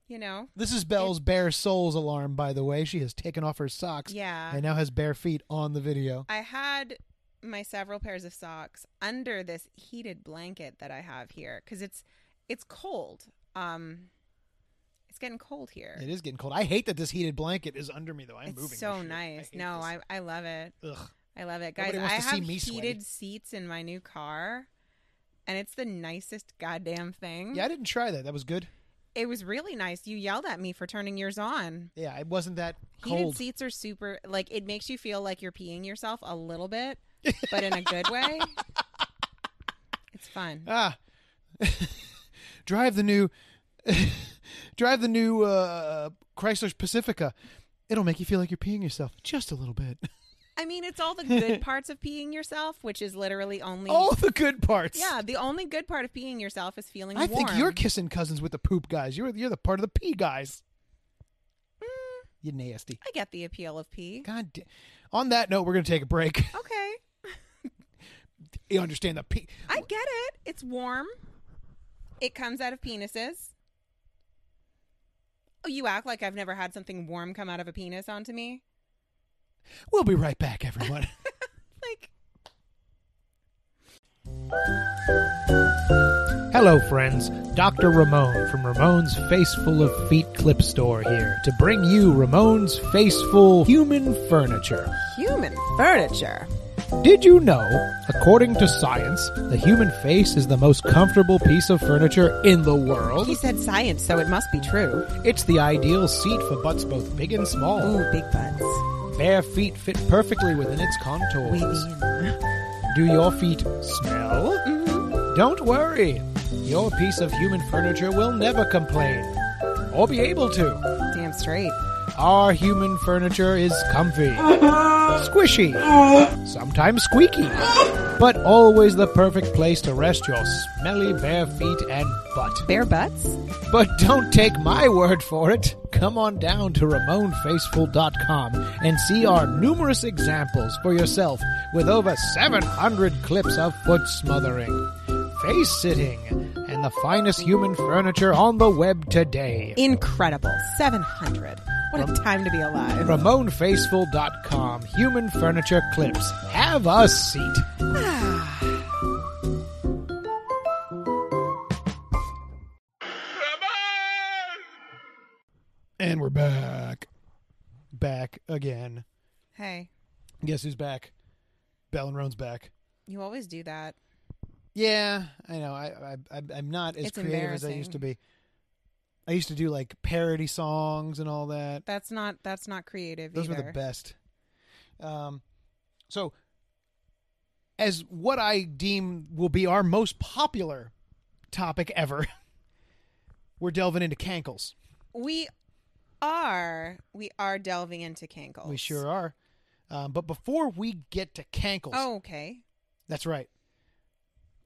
you know.
This is Belle's bare soles alarm, by the way. She has taken off her socks
Yeah.
and now has bare feet on the video.
I had my several pairs of socks under this heated blanket that I have here cuz it's it's cold. Um it's getting cold here.
It is getting cold. I hate that this heated blanket is under me, though. I'm moving.
it's
this
so
shit.
nice.
hate
no,
this.
I I love it.
Ugh.
I love it. Guys,
Nobody
I
wants to see
have
me sweaty.
heated seats in my new car and it's the nicest goddamn thing.
Yeah, I didn't try that. That was good.
It was really nice. You yelled at me for turning yours on.
Yeah, it wasn't that
Heated
cold.
seats are super like it makes you feel like you're peeing yourself a
(laughs)
little bit, but in a good way. It's fun.
ah, (laughs) drive the new, (laughs) drive the new uh, Chrysler Pacifica. It'll make you feel like you're peeing yourself just a little bit.
I mean, it's all the
(laughs)
good parts of peeing yourself, which is literally only
All the good parts.
Yeah, the only good part of peeing yourself is feeling
I
warm.
think you're kissing cousins with the poop guys. You're you're the part of the pee guys.
Mm,
You nasty.
I get the appeal of pee.
God. Da- On that note, we're gonna take a break. (laughs)
Okay.
you understand the pee?
I get it. It's warm. It comes out of penises. Oh, you act like I've never had something warm come out of a penis onto me.
We'll be right back, (laughs) everyone.
Like
Hello, friends. Dr. Ramon from Ramon's Faceful of Feet Clip Store here to bring you Ramon's Faceful Human Furniture.
human furniture.
Did you know, according to science, the human face is the most comfortable piece of furniture in the world?
He said science, so it must be true.
It's the ideal seat for butts both big and small.
Ooh, big butts.
Bare feet fit perfectly within its
We
contours.
mean.
Do your feet smell? Don't worry. Your piece of human furniture will never complain or be able to.
Damn straight.
Our human furniture is comfy, squishy, sometimes squeaky, but always the perfect place to rest your smelly bare feet and butt.
Bare butts?
But don't take my word for it. Come on down to RamonFaceful.com and see our numerous examples for yourself with over 700 clips of foot smothering, face sitting, and the finest human furniture on the web today.
Incredible. 700. What a time to be alive.
RamonFaceful.com. Human furniture clips. Have a seat. (sighs) And we're back. Back again.
Hey,
Guess who's back? Bell and Roan's back.
you always do that.
Yeah, I know. I, I I- I'm not as
It's
creative as I used to be. I used to do like parody songs and all that.
That's not that's not creative
Those
either.
were the best. Um, so, as what I deem will be our most popular topic ever, (laughs) we're delving into cankles.
We are we are delving into cankles.
We sure are. Um, but before we get to cankles,
Oh, okay.
that's right.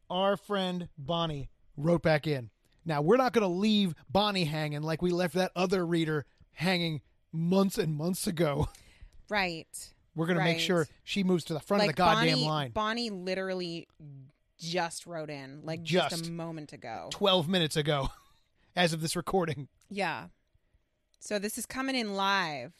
Our friend Bonnie wrote back in. Now we're not going to leave Bonnie hanging like we left that other reader hanging months and months ago. (laughs)
Right.
We're going to make
Right.
sure she moves to the front
like
of the goddamn
Bonnie,
line.
Bonnie literally just wrote in like
Just.
a moment ago.
12 minutes ago (laughs) as of this recording.
Yeah. So this is coming in live.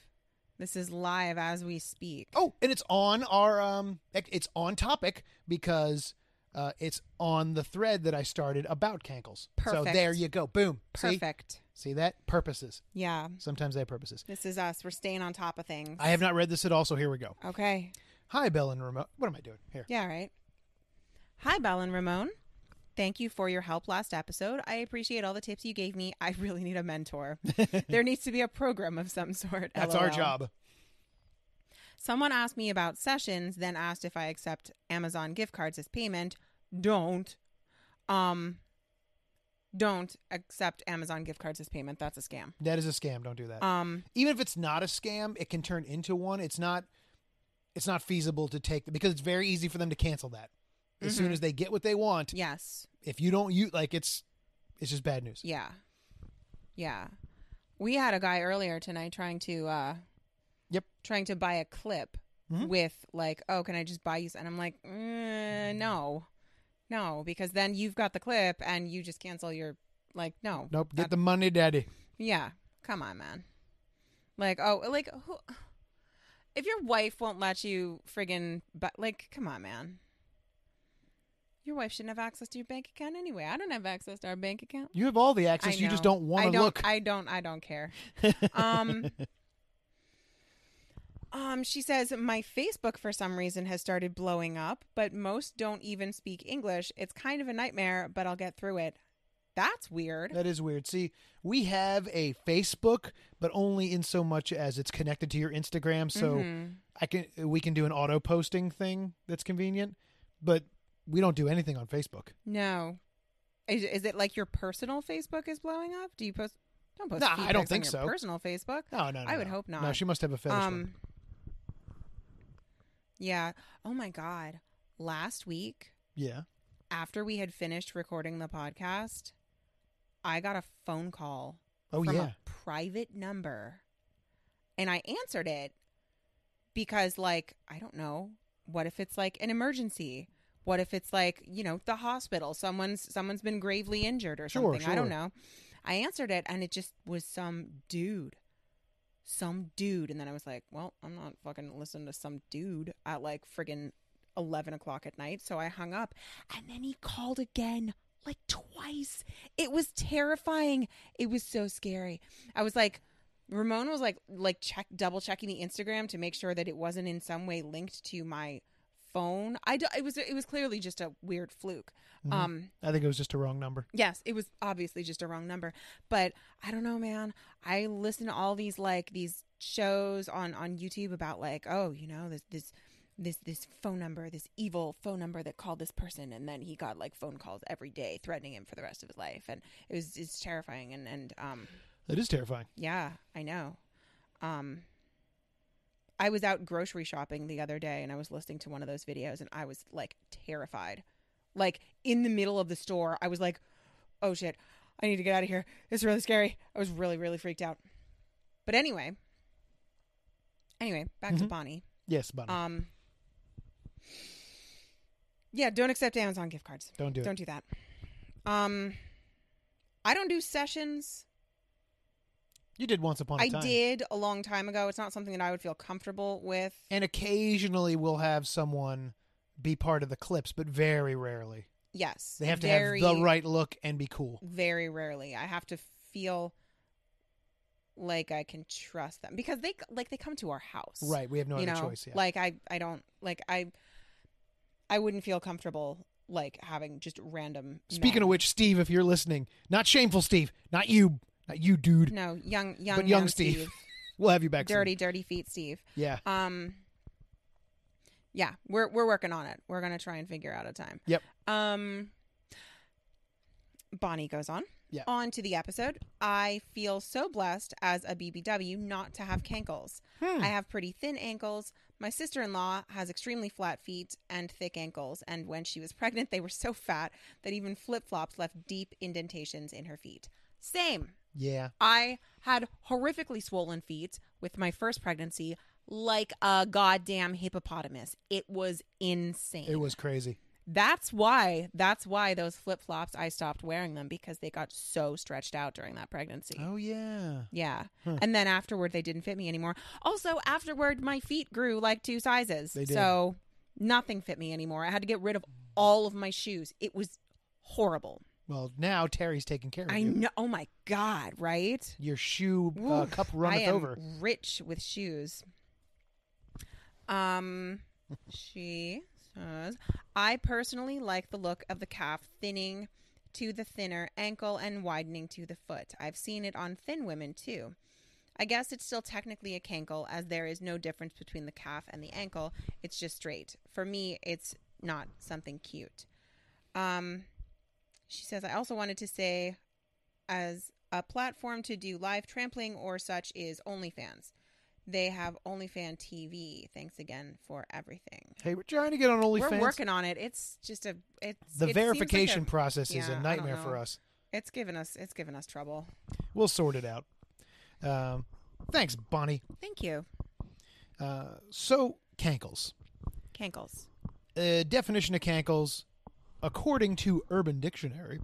This is live as we speak.
Oh, and it's on our um it- it's on topic because uh it's on the thread that I started about cankles. So
Perfect.
there you go. Boom. See?
perfect.
See that? Purposes.
Yeah.
Sometimes they have purposes.
This is us. We're staying on top of things.
I have not read this at all, so here we go.
Okay.
Hi, Bell and Remote. What am I doing here?
Yeah, all right. Hi, Bal and Ramon. Thank you for your help last episode. I appreciate all the tips you gave me. I (laughs) really need
(laughs)
a mentor. there needs to be a program of some sort.
That's our
LOL.
job.
Someone asked me about sessions, then asked if I accept Amazon gift cards as payment. Don't. Um don't accept Amazon gift cards as payment. That's a scam.
That is a scam. Don't do that.
Um,
Even if it's not a scam, it can turn into one. It's not. It's not feasible to take because it's very easy for them to cancel that as
Mm-hmm.
soon as they get what they want.
yes.
If you don't, you like it's. It's just bad news.
Yeah. Yeah. We had a guy earlier tonight trying to uh
Yep.
trying to buy a clip
Mhm.
with like, "Oh, can I just buy you?" s-" And I'm like, mm, "No." No, because then you've got the clip and you just cancel your like, no.
Nope. Get
That-
the money, daddy.
Yeah. Come on, man. Like, oh, like who if your wife won't let you friggin' but like, come on, man. Your wife shouldn't have access to your bank account anyway. I don't have access to our bank account.
You have all the
I
access. You just
know.
don't want
I
to
don't-
look.
I don't. I
(laughs)
don't care. Um. Um, she says my Facebook for some reason has started blowing up, but most don't even speak English. It's kind of a nightmare, but I'll get through it. That's weird.
That is weird. See, we have a Facebook, but only in so much as it's connected to your Instagram. So
Mhm.
I can we can do an auto posting thing that's convenient, but we don't do anything on Facebook.
no, is, is it like your personal Facebook is blowing up? Do you post? Don't post.
Nah,
feed
I don't
pics
think
on
so.
your Personal Facebook.
No, no, no.
I would
no.
hope
No,
not.
she must have a fetish. one.
Um. Yeah. Oh my god. Last week,
yeah.
after we had finished recording the podcast, I got a phone call
Oh
from
yeah.
a private number. And I answered it because like, I don't know, what if it's like an emergency? What if it's like, you know, the hospital, someone's someone's been gravely injured or
Sure,
something. I don't
sure.
know. I answered it and it just was some dude. Some dude. And then I was like, Well, I'm not fucking listening to some dude at like friggin' eleven o'clock at night. So I hung up and then he called again like twice. It was terrifying. It was so scary. I was like, Ramon was like, like check double checking the Instagram to make sure that it wasn't in some way linked to my phone. I d- it was it was clearly just a weird fluke.
Mhm.
Um,
I think it was just a wrong number.
yes, it was obviously just a wrong number. But I don't know, man. I listen to all these like these shows on on YouTube about like, oh, you know, this this this this phone number, this evil phone number that called this person, and then he got like phone calls every day threatening him for the rest of his life, and it was it's terrifying. And and um,
It is terrifying.
yeah, I know. Um I was out grocery shopping the other day and I was listening to one of those videos and I was like terrified. Like in the middle of the store, I was like, "Oh shit, I need to get out of here. It's really scary." I was really really freaked out. But anyway, anyway, back to
Mhm.
Bonnie.
Yes, but
Um Yeah, don't accept Amazon gift cards.
don't do it.
Don't do that. Um I don't do sessions.
you did once upon a
I
time.
did a long time ago. It's not something that I would feel comfortable with.
And occasionally we'll have someone be part of the clips, but very rarely.
Yes.
They have to
very,
have the right look and be cool.
Very rarely. I have to feel like I can trust them because they like they come to our house.
Right. We have no
you
other
know,
choice. Yeah.
like I I don't like I I wouldn't feel comfortable like having just random
Speaking of
men.
which, Steve, if you're listening, not shameful, Steve, not you, not you, dude.
No, young young
But young
man
Steve. (laughs) We'll have you back. soon.
dirty dirty feet Steve.
Yeah.
Um yeah, we're we're working on it. We're going to try and figure out a time.
Yep.
Um Bonnie goes on.
Yeah.
On to the episode. I feel so blessed as a BBW not to have cankles.
Hmm.
I have pretty thin ankles. My sister in law has extremely flat feet and thick ankles. And when she was (laughs) pregnant, they were so fat that even flip flops left deep indentations in her feet. Same.
Yeah.
I had horrifically swollen feet with my first pregnancy, like a goddamn hippopotamus. It was insane.
It was crazy.
That's why. That's why those flip flops. I stopped wearing them because they got so stretched out during that pregnancy.
Oh yeah.
Yeah,
Huh.
and then afterward they didn't fit me anymore. Also, afterward my feet grew like two sizes,
They did.
so nothing fit me anymore. I had to get rid of all of my shoes. It was horrible.
Well, now Terry's taking care of
I
you.
know. Oh my god! Right.
Your shoe uh,
Oof,
cup runneth
I am
over.
Rich with shoes. Um, she says, I personally like the look of the calf thinning to the thinner ankle and widening to the foot. I've seen it on thin women too. I guess it's still technically a cankle as there is no difference between the calf and the ankle. It's just straight. For me, it's not something cute. Um, she says, I also wanted to say as a platform to do live trampling or such is OnlyFans. They have OnlyFan TV. Thanks again for everything.
Hey, we're trying to get on OnlyFans.
We're working on it. It's just a it's
the
it seems like
verification
a-
process is
yeah, I
a
don't
nightmare for
know.
us.
It's given us it's given us trouble.
We'll sort it out. Um, thanks, Bonnie.
Thank you,
Uh, so, cankles.
Cankles.
Uh, definition of cankles, according to Urban Dictionary.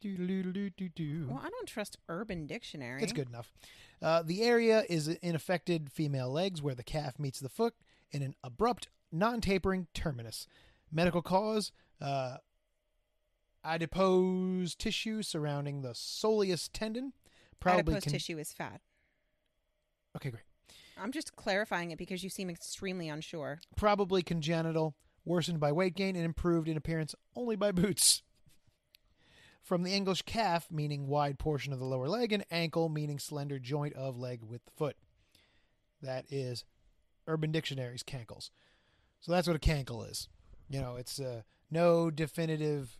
Doo-doo-doo-doo-doo.
Well, I don't trust Urban Dictionary.
It's good enough. Uh, the area is in affected female legs where the calf meets the foot in an abrupt, non tapering terminus. Medical cause uh, adipose tissue surrounding the soleus tendon. Probably
Adipose
con-
tissue is fat.
Okay, great.
I'm just clarifying it because you seem extremely unsure.
Probably congenital, worsened by weight gain, and improved in appearance only by boots. From the English calf, meaning wide portion of the lower leg, and ankle, meaning slender joint of leg with the foot. That is Urban Dictionary's cankles. So that's what a cankle is. You know, it's uh, no definitive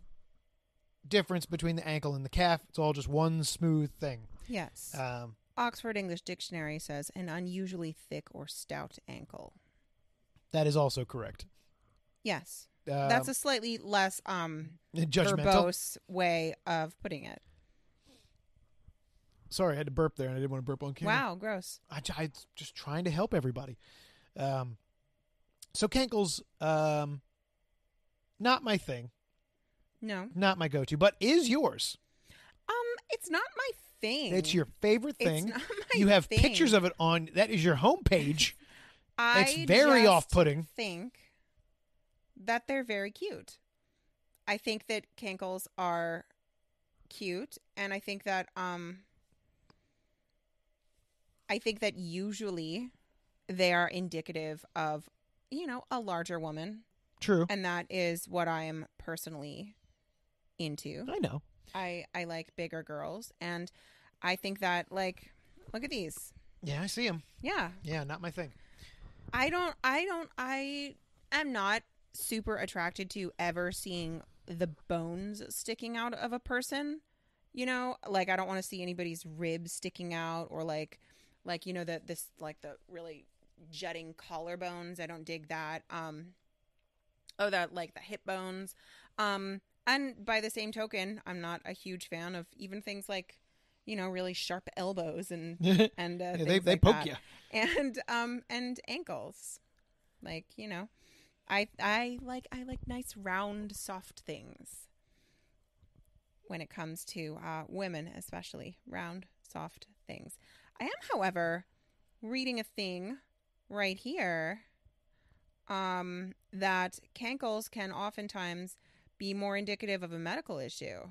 difference between the ankle and the calf. It's all just one smooth thing.
Yes.
Um,
Oxford English Dictionary says an unusually thick or stout ankle.
that is also correct.
Yes.
Um,
That's a slightly less um
judgmental.
verbose way of putting it.
Sorry, I had to burp there, and I didn't want to burp on camera.
Wow, gross.
I, j- I just trying to help everybody. Um, so Cankles, um, not my thing,
No. Um,
not my go-to, but is yours.
it's not my thing.
It's your favorite
It's
thing.
not my
You have
thing.
pictures of it on. That is your
(laughs)
homepage.
I
it's very
just
off-putting.
Think that they're very cute. I think that cankles are cute, and I think that um, I think that usually they are indicative of you know a larger woman,
True,
and that is what I am personally into.
I know.
I I like bigger girls, and I think that like look at these,
Yeah, I see him.
yeah,
Yeah, not my thing.
I don't I don't I am not super attracted to ever seeing the bones sticking out of a person. You know, like I don't want to see anybody's ribs sticking out or like like you know that this like the really jutting collarbones. I don't dig that. Um oh that like the hip bones. Um and by the same token, I'm not a huge fan of even things like you know really sharp elbows and
Yeah,
and uh,
they
things
they
like
poke
that
you.
and um and ankles like you know i i like i like nice round soft things when it comes to uh, women especially round soft things i am however reading a thing right here um that cankles can oftentimes be more indicative of a medical issue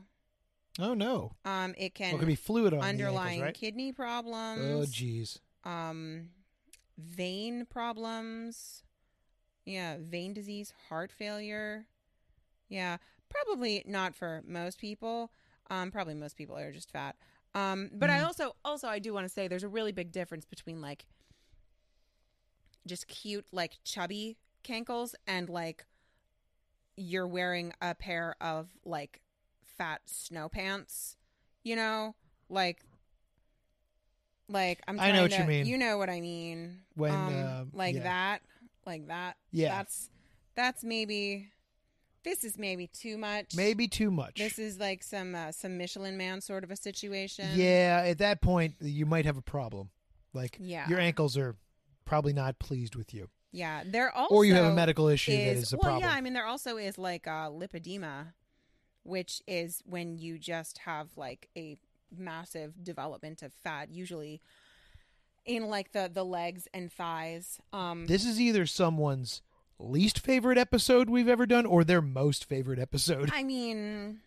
Oh no,
um it can
well, it could be fluid on the ankles,
underlying
right?
kidney problems
Oh jeez.
um vein problems yeah vein disease heart failure yeah probably not for most people um probably most people are just fat um but
Mm.
i also also i do want to say there's a really big difference between like just cute like chubby cankles and like you're wearing a pair of like fat snow pants you know like like i'm
I know what
trying to-
you mean.
you know what i mean
When,
Um,
uh,
like
yeah.
that like that
Yeah.
that's that's maybe this is maybe too much
Maybe too much.
this is like some uh, some michelin man sort of a situation
yeah, at that point you might have a problem. Like
Yeah.
your ankles are probably not pleased with you.
yeah they're also
or you have a medical issue that
is
is a
well,
problem.
yeah. I mean, there also is like uh, lipedema, which is when you just have like a massive development of fat, usually in like the the legs and thighs. Um,
This is either someone's least favorite episode we've ever done or their most favorite episode. (laughs)
I mean,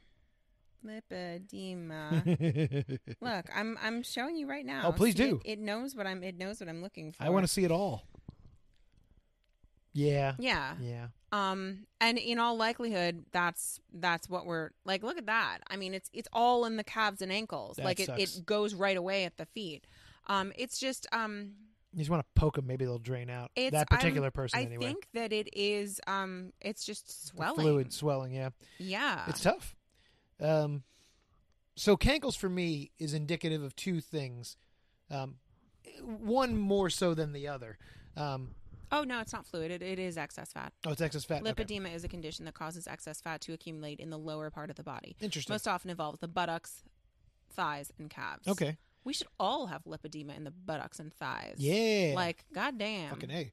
lipedema. Look, I'm I'm showing you right now.
Oh, please
See,
do.
It, it knows what I'm. It knows what I'm looking for.
I want to see it all. Yeah.
Yeah.
Yeah.
Um, and in all likelihood, that's that's what we're like. Look at that. I mean, it's it's all in the calves and ankles.
That
like it,
sucks.
it goes right away at the feet. Um, it's just um,
You just want to poke them, maybe they'll drain out.
it's
that particular
I'm-
person
I
anyway.
think that it is um, it's just
The
swelling. Ah.
Fluid swelling, yeah.
Yeah.
It's tough. Um So Cankles for me is indicative of two things, um, one more so than the other. Um,
Oh no, it's not fluid. It, it is excess fat.
oh, it's excess fat. Okay.
Lipedema is a condition that causes excess fat to accumulate in the lower part of the body.
Interesting.
Most often involves the buttocks, thighs, and calves.
okay.
We should all have lipedema in the buttocks and thighs.
Yeah.
Like, goddamn.
Fucking a.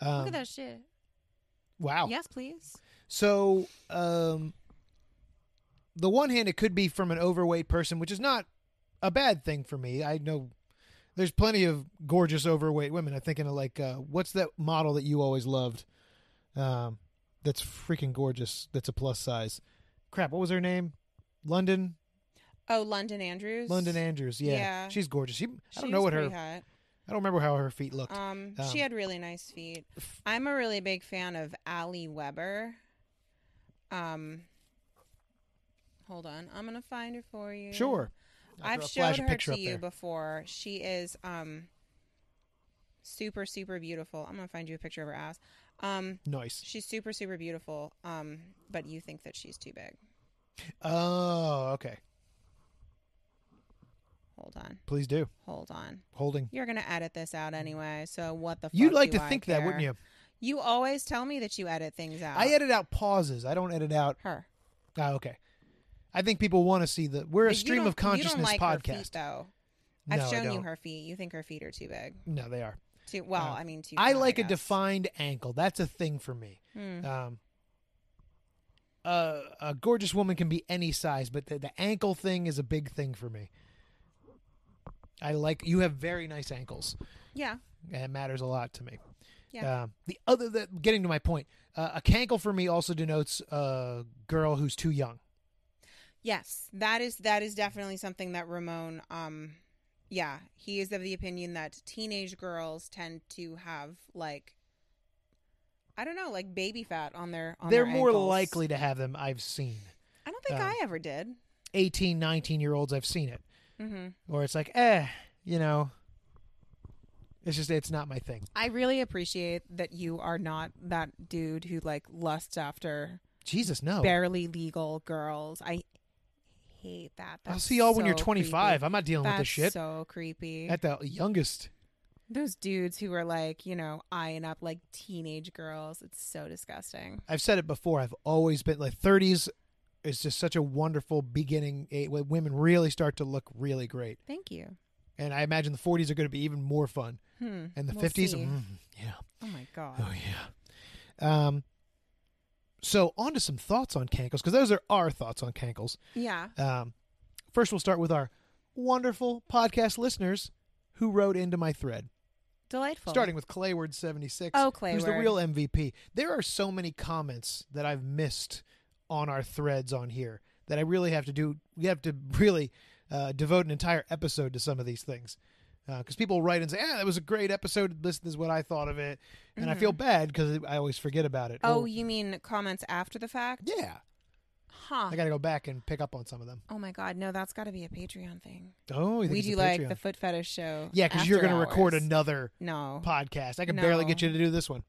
Look
Um,
at that shit.
Wow.
Yes, please.
So, um, the one hand, it could be from an overweight person, which is not a bad thing for me. I know there's plenty of gorgeous overweight women. I'm thinking of like, uh, what's that model that you always loved? Um, that's freaking gorgeous. That's a plus size. Crap, what was her name? London,
Oh, London Andrews.
London Andrews. Yeah,
Yeah.
she's gorgeous. She, I
She
don't know
was
what her.
pretty hot.
I don't remember how her feet looked.
Um,
Um,
she had really nice feet. I'm a really big fan of Allie Weber. Um, hold on, I'm gonna find her for you.
sure,
I've
I'll
showed
flash a
her
picture
to
up
you
there.
before. She is um super super beautiful. I'm gonna find you a picture of her ass. Um,
nice.
she's super super beautiful. Um, but you think that she's too big.
Oh, okay.
Hold on,
Please do
hold on.
holding.
You're gonna edit this out anyway, so what the? Fuck
You'd like
do
to
I
think that, wouldn't
care?
you?
You always tell me that you edit things out.
I edit out pauses. I don't edit out.
her.
Ah, okay. I think people want to see the. We're a
But you
stream
don't-
of
you don't
consciousness
like Her feet,
podcast.
though I've
no, I
shown you
don't.
her feet. You think her feet are too big?
No, they are.
Too well,
Uh,
I mean, too.
I
fat,
like a
guess.
defined ankle. That's a thing for me.
Hmm.
Um, a, a gorgeous woman can be any size, but the, the ankle thing is a big thing for me. I like you have very nice ankles,
Yeah,
and it matters a lot to me.
Yeah.
Um, the other that getting to my point, uh, a cankle for me also denotes a girl who's too young.
yes, that is that is definitely something that Ramon. Um, yeah, he is of the opinion that teenage girls tend to have like, I don't know, like baby fat on their. On
They're
their
more
ankles.
likely to have them. I've seen.
I don't think
um,
I ever did.
18, 19 year olds, I've seen it.
hmm
Or it's like, eh, you know, it's just, it's not my thing.
I really appreciate that you are not that dude who like lusts after
Jesus, no.
barely legal girls. I hate that.
I'll
That's
see y'all when you're
so
25.
creepy.
I'm not dealing
That's
with this shit.
so creepy.
At the youngest.
Those dudes who are like, you know, eyeing up like teenage girls. It's so disgusting.
I've said it before. I've always been like 30s is just such a wonderful beginning eh, when women really start to look really great.
Thank you.
And I imagine the 40s are going to be even more fun.
Hmm.
And the
We'll
50s,
see.
mm, yeah.
Oh my
Oh
god.
yeah. Um. So on to some thoughts on cankles because those are our thoughts on cankles.
Yeah.
Um, first we'll start with our wonderful podcast listeners who wrote into my thread.
Delightful.
Starting with Clayward seventy six.
Oh,
who's the
Clayward.
real MVP. There are so many comments that I've missed on our threads on here that I really have to do. We have to really uh, devote an entire episode to some of these things because people write and say, "Ah, that was a great episode. This is what I thought of it," and I feel bad because I always forget about it.
Mm-hmm. Oh,
Or-
you mean comments after the fact?
yeah.
Huh.
I got to go back and pick up on some of them.
oh my god. No, that's got to be a Patreon thing.
Oh, you think
We
it's a
do like
Patreon?
the foot fetish show.
yeah, because you're
after
going to record
hours.
another
No.
podcast. I can barely
No.
get you to do this one.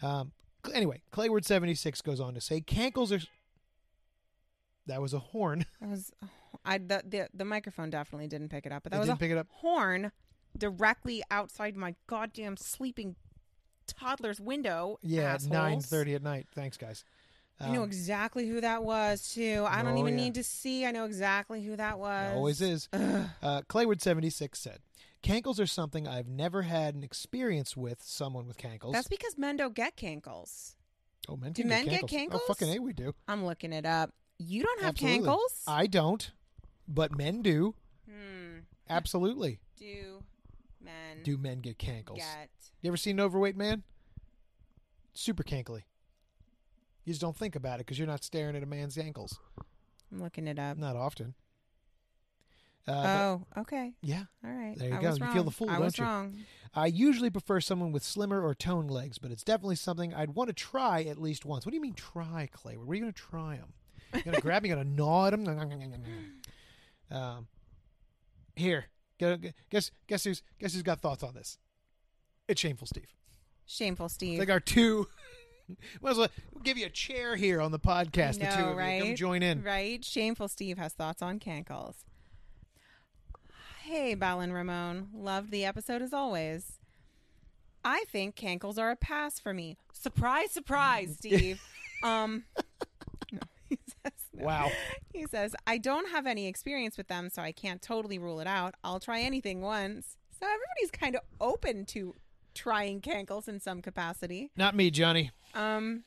Um, cl- anyway, Clayward seventy six goes on to say, "Cankles are." That was a horn.
That was I the, the the microphone definitely didn't pick it up, but that
It
was
didn't
a
pick it up?
horn directly outside my goddamn sleeping toddler's window.
(laughs) Yeah, at
assholes.
nine thirty at night. Thanks, guys.
you know
Um,
exactly who that was too. I don't
Oh,
even
yeah.
need to see. I know exactly who that
it
was.
always is.
Ugh.
Uh, Clayward seventy six said, "Cankles are something I've never had an experience with someone with cankles."
That's because men don't get cankles.
oh, men
do
can
men get
Oh,
cankles?
fucking a, we do.
I'm looking it up. You don't have
Absolutely.
cankles?
I don't, but men do.
hmm.
Absolutely.
Do men
Do men get cankles?
get
You ever seen an overweight man? Super cankly. You just don't think about it because you're not staring at a man's ankles.
I'm looking it up.
Not often. Uh, but-
oh, okay.
yeah.
All right.
There you
I
go.
Was
You
wrong.
feel the fool,
I
don't
was
you?
wrong.
I usually prefer someone with slimmer or toned legs, but it's definitely something I'd want to try at least once. What do you mean try, Clay? Where are you going to try them? You're going to grab 'em, You're going to gnaw at them? (laughs) um, here. Gu- gu- Guess, guess, who's, guess who's got thoughts on this? It's Shameful Steve.
Shameful, Steve.
It's like our two. (laughs) Might as well give you a chair here on the podcast. the
No,
two of you
right?
come join in.
Right? Shameful Steve has thoughts on cankles. Hey, Balin Ramon. Loved the episode as always. I think cankles are a pass for me.
(laughs)
Surprise, surprise, Steve. um, no, he says no.
Wow.
He says, I don't have any experience with them, so I can't totally rule it out. I'll try anything once. So everybody's kind of open to trying cankles in some capacity.
Not me, Johnny.
Um,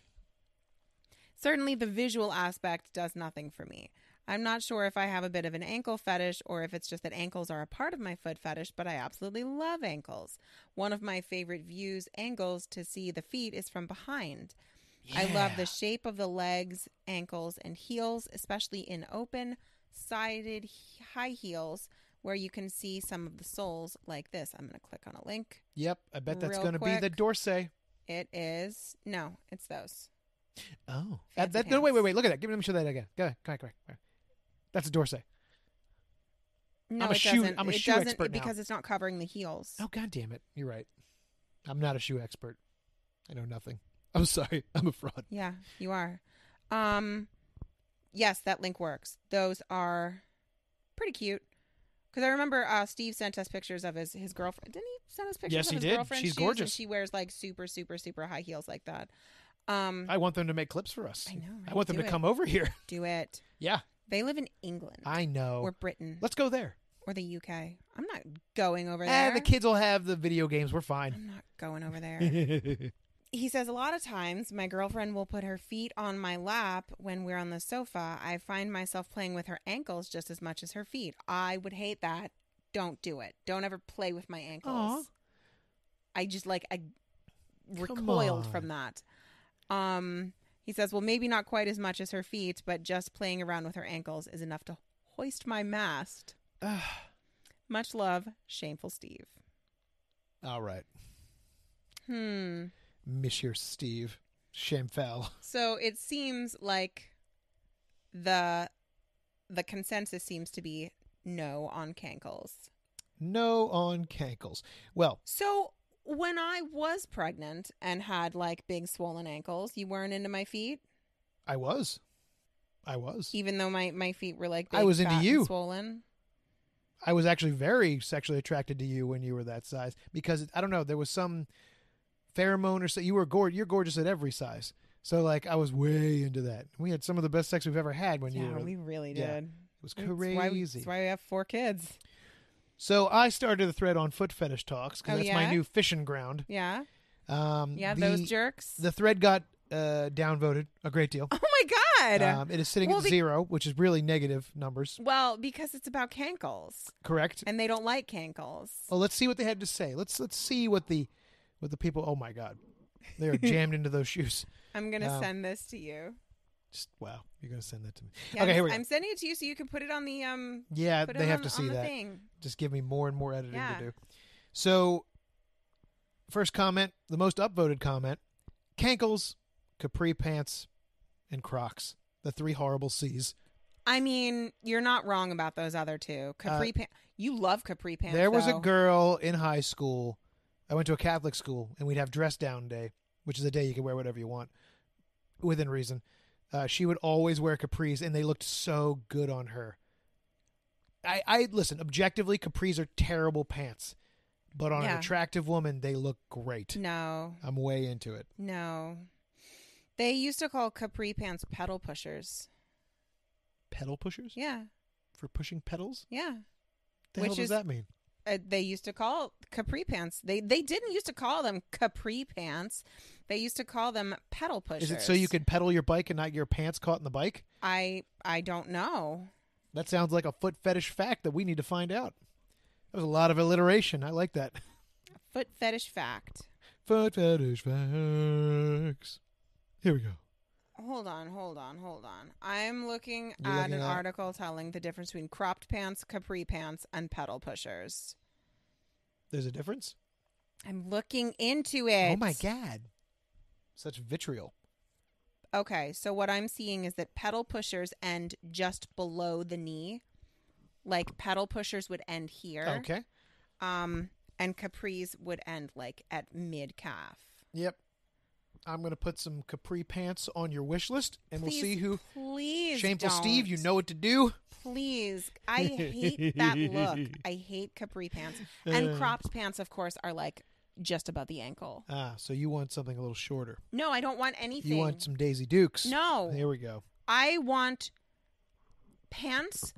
certainly, the visual aspect does nothing for me. I'm not sure if I have a bit of an ankle fetish or if it's just that ankles are a part of my foot fetish, but I absolutely love ankles. One of my favorite views angles to see the feet is from behind. I love the shape of the legs, ankles, and heels, especially in open sided he- high heels where you can see some of the soles like this. I'm going to click on a link.
Yep, I bet that's
Real
going to be the
quick.
Dorsey.
It is, no, it's those.
Oh,
Fancy
that, no, wait,
pants.
wait, wait! Look at that. Give me, let me show that again. Go ahead, go ahead, go ahead, go ahead. That's a Dorsey.
No,
I'm a
it
shoe-
doesn't.
I'm a
it
shoe
doesn't
expert now.
because it's not covering the heels.
Oh god damn it! You're right. I'm not a shoe expert. I know nothing. I'm sorry. (laughs) I'm a fraud.
Yeah, you are. Um, yes, that link works. Those are pretty cute. Because I remember uh, Steve sent us pictures of his his girlfriend. Didn't he send us pictures?
Yes,
of
he
his
did.
Girlfriend's
She's
shoes? And
gorgeous.
she wears like super, super, super high heels like that. Um,
I want them to make clips for us.
I know,
I
right?
want them
Do
to
it.
come over here. (laughs)
do it.
Yeah,
They live in England
I know.
or Britain
Let's go there.
or the UK. I'm not going over there.
And the kids will have the video games. We're fine.
I'm not going over there.
That's
he says a lot of times my girlfriend will put her feet on my lap when we're on the sofa. I find myself playing with her ankles just as much as her feet. I would hate that. Don't do it. Don't ever play with my ankles.
Aw.
I just like I recoiled
on.
from that. Um he says, "Well, maybe not quite as much as her feet, but just playing around with her ankles is enough to hoist my mast." Much love, shameful Steve.
(laughs) all right,
Hmm.
Monsieur Steve Shamfell.
So it seems like the the consensus seems to be no on cankles.
No on cankles. Well,
So when I was pregnant and had like big swollen ankles, you weren't into my feet,
I was, I was,
even though my my feet were like
I
big,
was into
fat, and
you.
swollen.
I was actually very sexually attracted to you when you were that size because I don't know there was some pheromone or so. You were gorgeous. You're gorgeous at every size. So like I was way into that. We had some of the best sex we've ever had when you
Yeah,
were.
we really
yeah.
did.
it was
That's why, we,
crazy.
that's why we have four kids.
So I started the thread on foot fetish talks because
Oh,
that's my
yeah?
new fishing ground.
Yeah,
Um,
yeah,
the,
those jerks.
The thread got uh, downvoted a great deal.
(laughs) oh my god.
Um, it is sitting
Well,
at
be-
zero, which is really negative numbers.
well, because it's about cankles,
Correct.
and they don't like cankles.
Well, let's see what they had to say. Let's let's see what the what the people. Oh my God, they
(laughs)
are jammed into those shoes.
I'm gonna
Um,
send this to you.
Just wow, you're gonna send that to me.
Yeah,
okay,
I'm,
here we go.
I'm sending it to you so you can put it on the um.
yeah,
Put
they
it
have
on,
to see
on the
that.
thing.
Just give me more and more editing
Yeah.
to do. So, first comment, the most upvoted comment: Cankles, capri pants, and Crocs. The three horrible C's.
I mean, you're not wrong about those other two. Capri pants. You love capri pants.
Uh, There was a
though.
girl in high school. I went to a Catholic school, and we'd have dress down day, which is a day you can wear whatever you want, within reason. Uh, she would always wear capris, and they looked so good on her. I, I listen objectively, capris are terrible pants, but on an
Yeah. Mm.
attractive woman, they look great.
No,
I'm way into it.
no. They used to call capri pants pedal pushers.
Pedal pushers
Yeah,
for pushing pedals.
yeah.
The
Which
hell does
is-
that mean?
Uh, they used to call capri pants. They they didn't used to call them capri pants. They used to call them pedal
Is
pushers.
it so you could pedal your bike and not get your pants caught in the bike?
I I don't know.
That sounds like a foot fetish fact that we need to find out. That was a lot of alliteration. I like that. (laughs)
Foot fetish fact.
Foot fetish facts. Here we go.
Hold on, hold on, hold on. I'm looking
You're
at
looking
an
at-
article telling the difference between cropped pants, capri pants, and pedal pushers.
There's a difference?
I'm looking into it.
Oh my god. Such vitriol.
Okay, so what I'm seeing is that pedal pushers end just below the knee. Like pedal pushers would end here.
Okay.
Um, and capris would end like at mid calf.
Yep. I'm going to put some capri pants on your wish list and we'll see who
Please,
Shameful
don't.
Steve, you know what to do.
please. I hate that look.
(laughs)
I hate capri pants. And cropped pants, of course, are like just above the ankle.
Ah, so you want something a little shorter.
No, I don't want anything.
You want some Daisy Dukes.
no.
There we go.
I want pants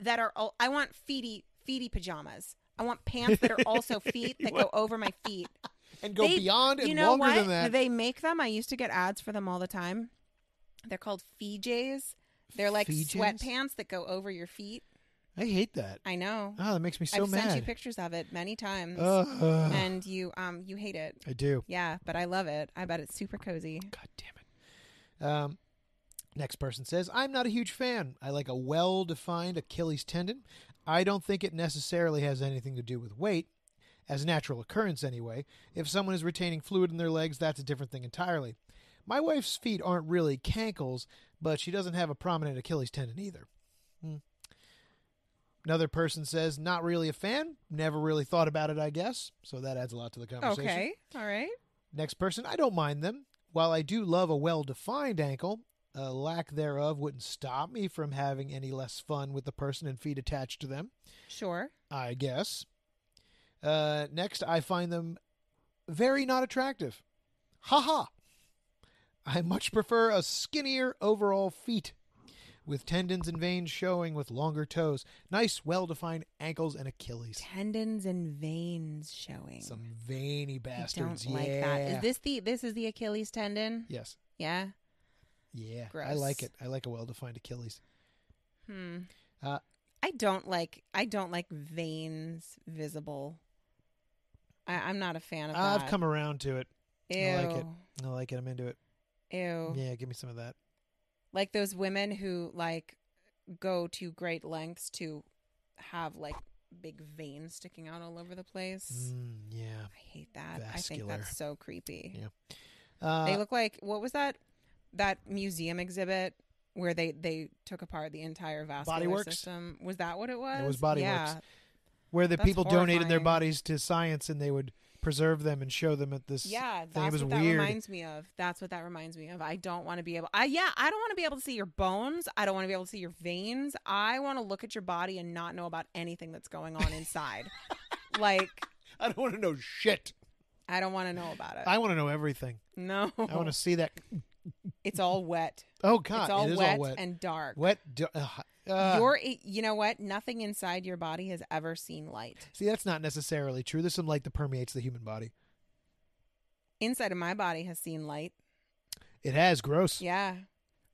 that are. All, I want feety feety pajamas. I want
(laughs)
pants that are also feet that go over my feet.
And go
They-
beyond and
you know
longer
what?
than that.
They make them. I used to get ads for them all the time. They're called FJs. They're like
Fijis?
sweatpants that go over your feet.
I hate that.
I know.
Ah, that makes me so
I've
mad. Oh, Ah.
sent you pictures of it many times,
Ugh.
and you um you hate it.
I do.
Yeah, but I love it. I bet it's super cozy.
God damn it. Um, next person says, I'm not a huge fan. I like a well defined Achilles tendon. I don't think it necessarily has anything to do with weight, as a natural occurrence anyway. If someone is retaining fluid in their legs, that's a different thing entirely. My wife's feet aren't really cankles, but she doesn't have a prominent Achilles tendon either. Hmm. Another person says, not really a fan. Never really thought about it, I guess. So that adds a lot to the conversation.
Okay, all right.
Next person, I don't mind them. While I do love a well defined ankle, a lack thereof wouldn't stop me from having any less fun with the person and feet attached to them,
Sure.
I guess. Uh, next, I find them very not attractive. Haha! I much prefer a skinnier overall feet with tendons and veins showing with longer toes, nice, well defined ankles and Achilles.
Tendons and veins showing.
Some veiny
I
bastards.
don't like
yeah.
that. Is this the this is the Achilles tendon?
Yes.
Yeah.
Yeah, I like
Gross.
it. I like a well-defined Achilles.
Hmm.
Uh,
I don't like I don't like veins visible. I, I'm not a fan of that.
Ah, I've come around to it.
Ew.
I like it. I like it. I'm into it.
Ew.
Yeah, give me some of that.
Like those women who like go to great lengths to have like big veins sticking out all over the place.
Mm, yeah.
I hate that. I think
Vascular.
that's so creepy.
Yeah. Uh,
they look like what was that that museum exhibit where they they took apart the entire vascular
Body Works?
system was that what it was
was Body
yeah.
Works. where the
that's
people donated their
horrifying.
bodies to science and they would preserve them and show them at this.
yeah
thing.
that's
it was
what that
weird.
reminds me of that's what that reminds me of i don't want to be able i yeah i don't want to be able to see your bones i don't want to be able to see your veins i want to look at your body and not know about anything that's going on inside
(laughs)
like
(laughs) I don't want to know shit.
i don't want to know about it
I want to know everything.
no
I
(laughs)
want to see that.
it's all wet
Oh God,
it's all,
it is
wet,
all wet.
and dark
wet. do- Uh, uh,
Your, you know what? Nothing inside your body has ever seen light.
see, that's not necessarily true. There's some light that permeates the human body.
Inside of my body has seen light.
It has gross.
Yeah,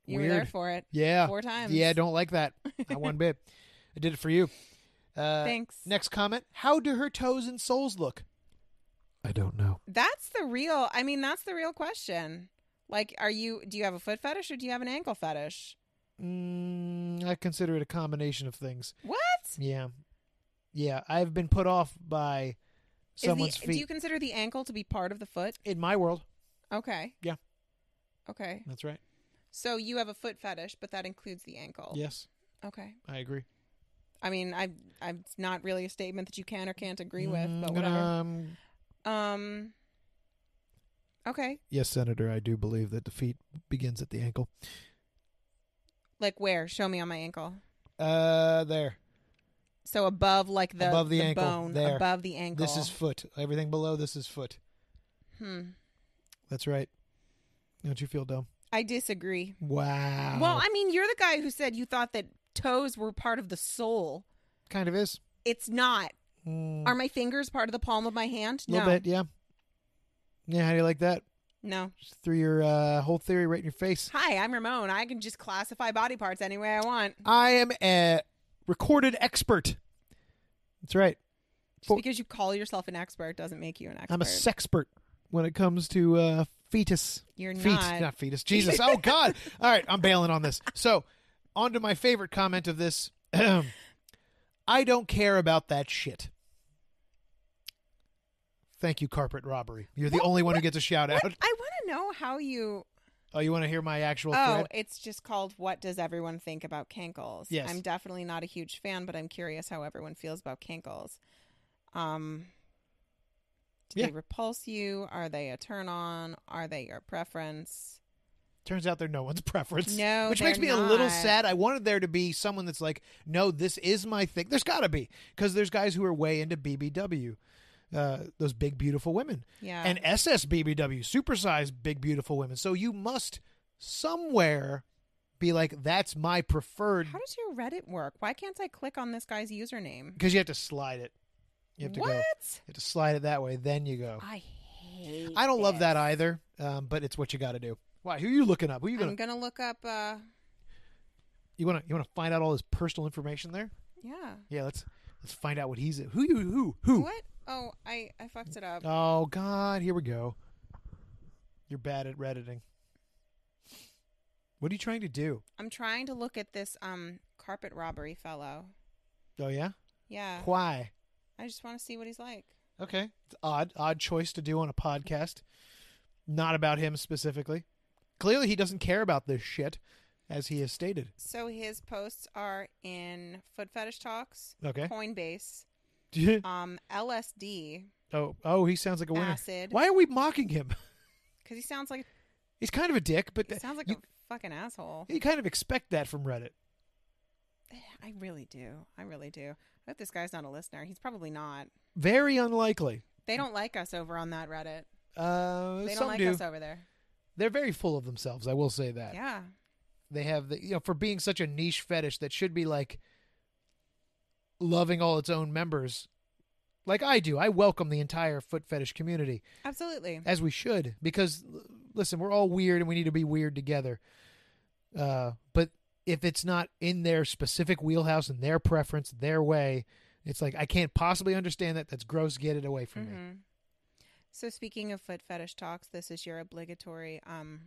you were there
Weird.
for it.
Yeah.
Four times.
Yeah, don't like that.
(laughs)
Not one bit. I did it for you. Uh,
Thanks.
Next comment. How do her toes and soles look? I don't know.
That's the real. I mean, that's the real question. Like, are you? Do you have a foot fetish or do you have an ankle fetish?
Mm, I consider it a combination of things.
What is
Yeah. Yeah. I've been put off by someone's
the,
feet.
Do you consider the ankle to be part of the foot?
In my world.
Okay.
Yeah.
Okay.
That's right.
So you have a foot fetish, but that includes the ankle.
Yes.
Okay.
I agree.
I mean, I, I, it's not really a statement that you can or can't agree
Mm,
with, but
and,
whatever.
um,
Um. Okay.
yes, Senator, I do believe that the feet begins at the ankle.
Like where? Show me on my ankle.
Uh, there.
So above, like the
Above the ankle,
bone,
there.
above the ankle.
This is foot. Everything below this is foot.
hmm.
That's right. Don't you feel dumb?
I disagree.
Wow.
Well, I mean, you're the guy who said you thought that toes were part of the soul.
kind of is.
It's not.
Mm,
Are my fingers part of the palm of my hand?
a little
no.
bit, yeah. Yeah, how do you like that?
No.
Just threw your uh, whole theory right in your face.
Hi, I'm Ramon. I can just classify body parts any way I want.
I am a recorded expert. That's right.
Just
For-
because you call yourself an expert doesn't make you an expert.
I'm a sexpert when it comes to uh, fetus.
You're
Feet, (laughs)
not.
not
(laughs)
fetus. Jesus. Oh, God. All right, I'm bailing on this. So, on to my favorite comment of this. (clears throat) I don't care about that shit. Thank you, carpet robbery. You're the
What-
only one who
what-
gets a shout
What?
out.
I want to know how you.
Oh, you want to hear my actual
oh,
thread?
it's just called "What Does Everyone Think About Cankles?"
Yes.
I'm definitely not a huge fan, but I'm curious how everyone feels about cankles. Um, do
Yeah.
they repulse you? Are they a turn on? Are they your preference?
Turns out they're no one's (laughs) preference.
No,
which makes
they're
me a little
not.
sad. I wanted there to be someone that's like, no, this is my thing. There's got to be because there's guys who are way into BBW, uh, those big beautiful women,
Yeah.
and SSBBW, supersized big beautiful women. So you must somewhere be like, that's my preferred
How does your Reddit work? Why can't I click on this guy's username?
because you have to slide it. You have to
what?
go. You have to slide it that way. Then you go.
I hate.
I don't love
this.
that either, um, but it's what you got to do. Why? Who are you looking up? Who you gonna
I'm gonna look up. uh
you wanna you wanna find out all his personal information there?
Yeah.
Yeah, let's let's find out what he's who you who who.
What? Oh, I I fucked it up.
Oh God, here we go. You're bad at redditing. What are you trying to do?
I'm trying to look at this um carpet robbery fellow.
Oh yeah,
Yeah.
why?
I just want to see what he's like.
Okay, it's odd odd choice to do on a podcast. Not about him specifically. Clearly, he doesn't care about this shit, as he has stated.
So his posts are in Foot Fetish Talks,
Okay.
Coinbase, um, LSD,
(laughs) oh oh, he sounds like a winner.
Acid.
Why are we mocking him? (laughs)
because he sounds like
He's kind of a dick, but
he
th-
sounds like
you,
a fucking asshole.
you kind of expect that from Reddit.
I really do. I really do. I hope this guy's not a listener. He's probably not.
Very unlikely.
They don't like us over on that Reddit.
Uh,
They don't
some
like
do.
us over there.
They're very full of themselves. I will say that.
Yeah.
They have the you know for being such a niche fetish that should be like loving all its own members. Like I do. I welcome the entire foot fetish community
Absolutely.
as we should because l- listen, we're all weird and we need to be weird together. Uh, but if it's not in their specific wheelhouse and their preference, their way, it's like I can't possibly understand that. That's gross. Get it away from me.
Mhm. So speaking of foot fetish talks, this is your obligatory um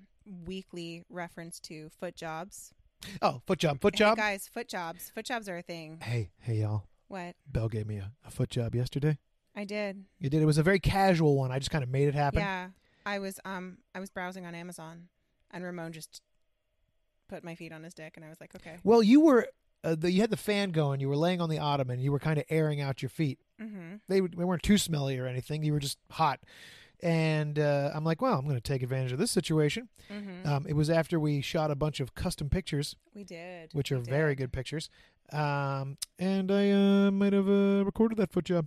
weekly reference to foot jobs.
Oh, foot job, foot
Hey,
job.
guys, foot jobs. Foot jobs are a thing.
Hey, hey, y'all.
What?
Bell gave me a, a foot job yesterday.
I did.
You did. It was a very casual one. I just kind of made it happen.
Yeah. I was um I was browsing on Amazon and Ramon just put my feet on his dick and I was like, okay.
Well, you were. Uh, the, you had the fan going. You were laying on the ottoman. You were kind of airing out your feet.
Mhm.
They, they weren't too smelly or anything. You were just hot. And uh, I'm like, well, I'm going to take advantage of this situation.
Mhm.
Um, it was after we shot a bunch of custom pictures,
We did.
which are
We did.
very good pictures. Um, and I uh, might have uh, recorded that foot job.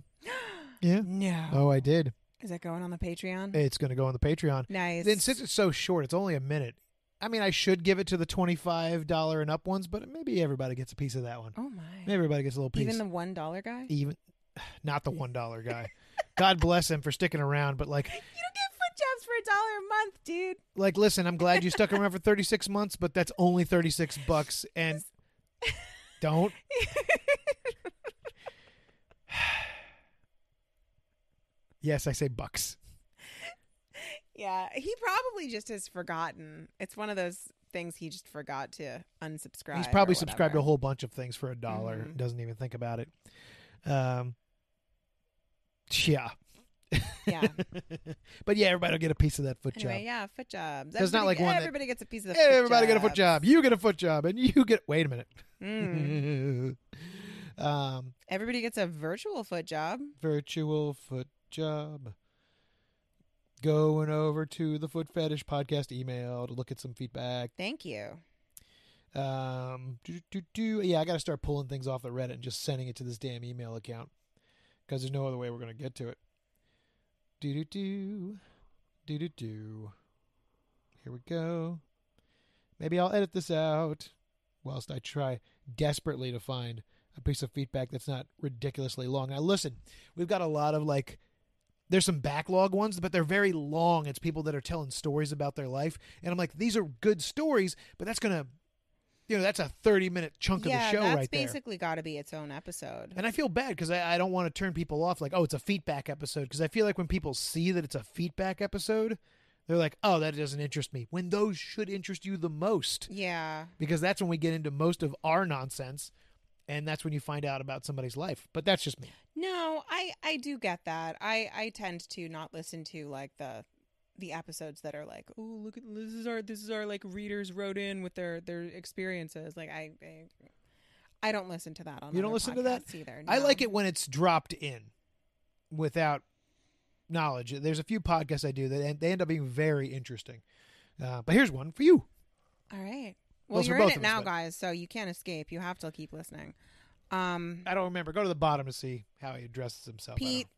Yeah.
No.
Oh, I did.
Is that going on the Patreon?
It's going to go on the Patreon.
nice.
Then since it's so short, it's only a minute. I mean, I should give it to the twenty-five dollar and up ones, but maybe everybody gets a piece of that one.
oh my.
Maybe everybody gets a little piece.
Even the one dollar guy?
Even- (sighs) not the one dollar guy. God bless him for sticking around, but like,
(laughs) You don't get foot jobs for a dollar a month, dude.
like, listen, I'm glad you stuck around for thirty-six months, but that's only thirty-six bucks, and
(laughs)
don't. (sighs) Yes, I say bucks.
yeah, he probably just has forgotten. It's one of those things he just forgot to unsubscribe.
He's
or
probably subscribed to a
whatever.
whole bunch of things for a dollar.
Mhm.
Doesn't even think about it. Um, yeah,
yeah.
(laughs) but yeah, everybody will get a piece of that foot
Anyway,
job.
yeah, foot jobs.
There's not
Everybody-
like one that-
Everybody gets a piece of the.
Hey,
foot
everybody get a foot job.
jobs.
You get a foot job, and you get. Wait a minute. (laughs)
Mm.
um,
Everybody gets a virtual foot job.
virtual foot job. Going over to the foot fetish podcast email to look at some feedback.
Thank you.
Um, do, do, do. Yeah, I got to start pulling things off the Reddit and just sending it to this damn email account because there's no other way we're going to get to it. Do, do, do. Do, do, do. Here we go. Maybe I'll edit this out whilst I try desperately to find a piece of feedback that's not ridiculously long. Now, listen, we've got a lot of like. There's some backlog ones, but they're very long. It's people that are telling stories about their life. And I'm like, these are good stories, but that's going to, you know, that's a 30 minute chunk
yeah,
of the show
that's
right there.
basically got to be its own episode.
And I feel bad because I, I don't want to turn people off like, oh, it's a feedback episode. Because I feel like when people see that it's a feedback episode, they're like, oh, that doesn't interest me. When those should interest you the most,
yeah,
because that's when we get into most of our nonsense. And that's when you find out about somebody's life. But that's just me.
no, I I do get that. I I tend to not listen to like the the episodes that are like, oh look at this is our this is our like readers wrote in with their their experiences. Like I I, I don't listen to that on
You don't
other
listen to that?
podcasts either.
I
no.
like it when it's dropped in without knowledge. There's a few podcasts I do that en- they end up being very interesting. Uh, but here's one for you.
All right. Well,
Those were
you're in
both
it
of us,
now,
but-
guys, so you can't escape. You have to keep listening. Um,
I don't remember. Go to the bottom to see how he addresses himself. I don't-
Pete,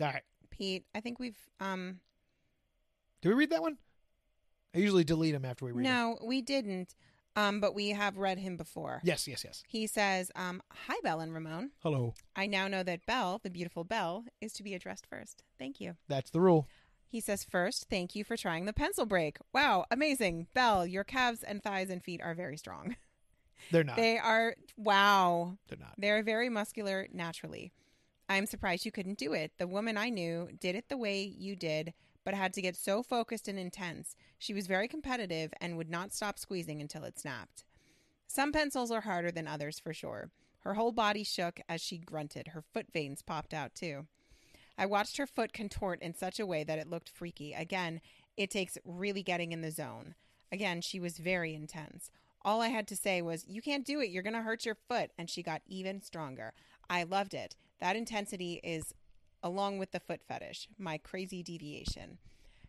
All right.
Pete, I think we've um
Did we read that one? I usually delete them after we read them.
no, we didn't. Um, but we have read him before.
Yes, yes, yes.
He says, um, "Hi, Belle and Ramon.
Hello.
I now know that Belle, the beautiful Belle, is to be addressed first. Thank you."
That's the rule.
He says, first, thank you for trying the pencil break. Wow, amazing. Belle, your calves and thighs and feet are very strong.
They're not.
They are, wow,
They're not.
they're very muscular naturally. I'm surprised you couldn't do it. The woman I knew did it the way you did, but had to get so focused and intense. She was very competitive and would not stop squeezing until it snapped. Some pencils are harder than others for sure. Her whole body shook as she grunted. Her foot veins popped out too. I watched her foot contort in such a way that it looked freaky. Again, it takes really getting in the zone. Again, she was very intense. All I had to say was, You can't do it. You're going to hurt your foot. And she got even stronger. I loved it. That intensity is, along with the foot fetish, my crazy deviation.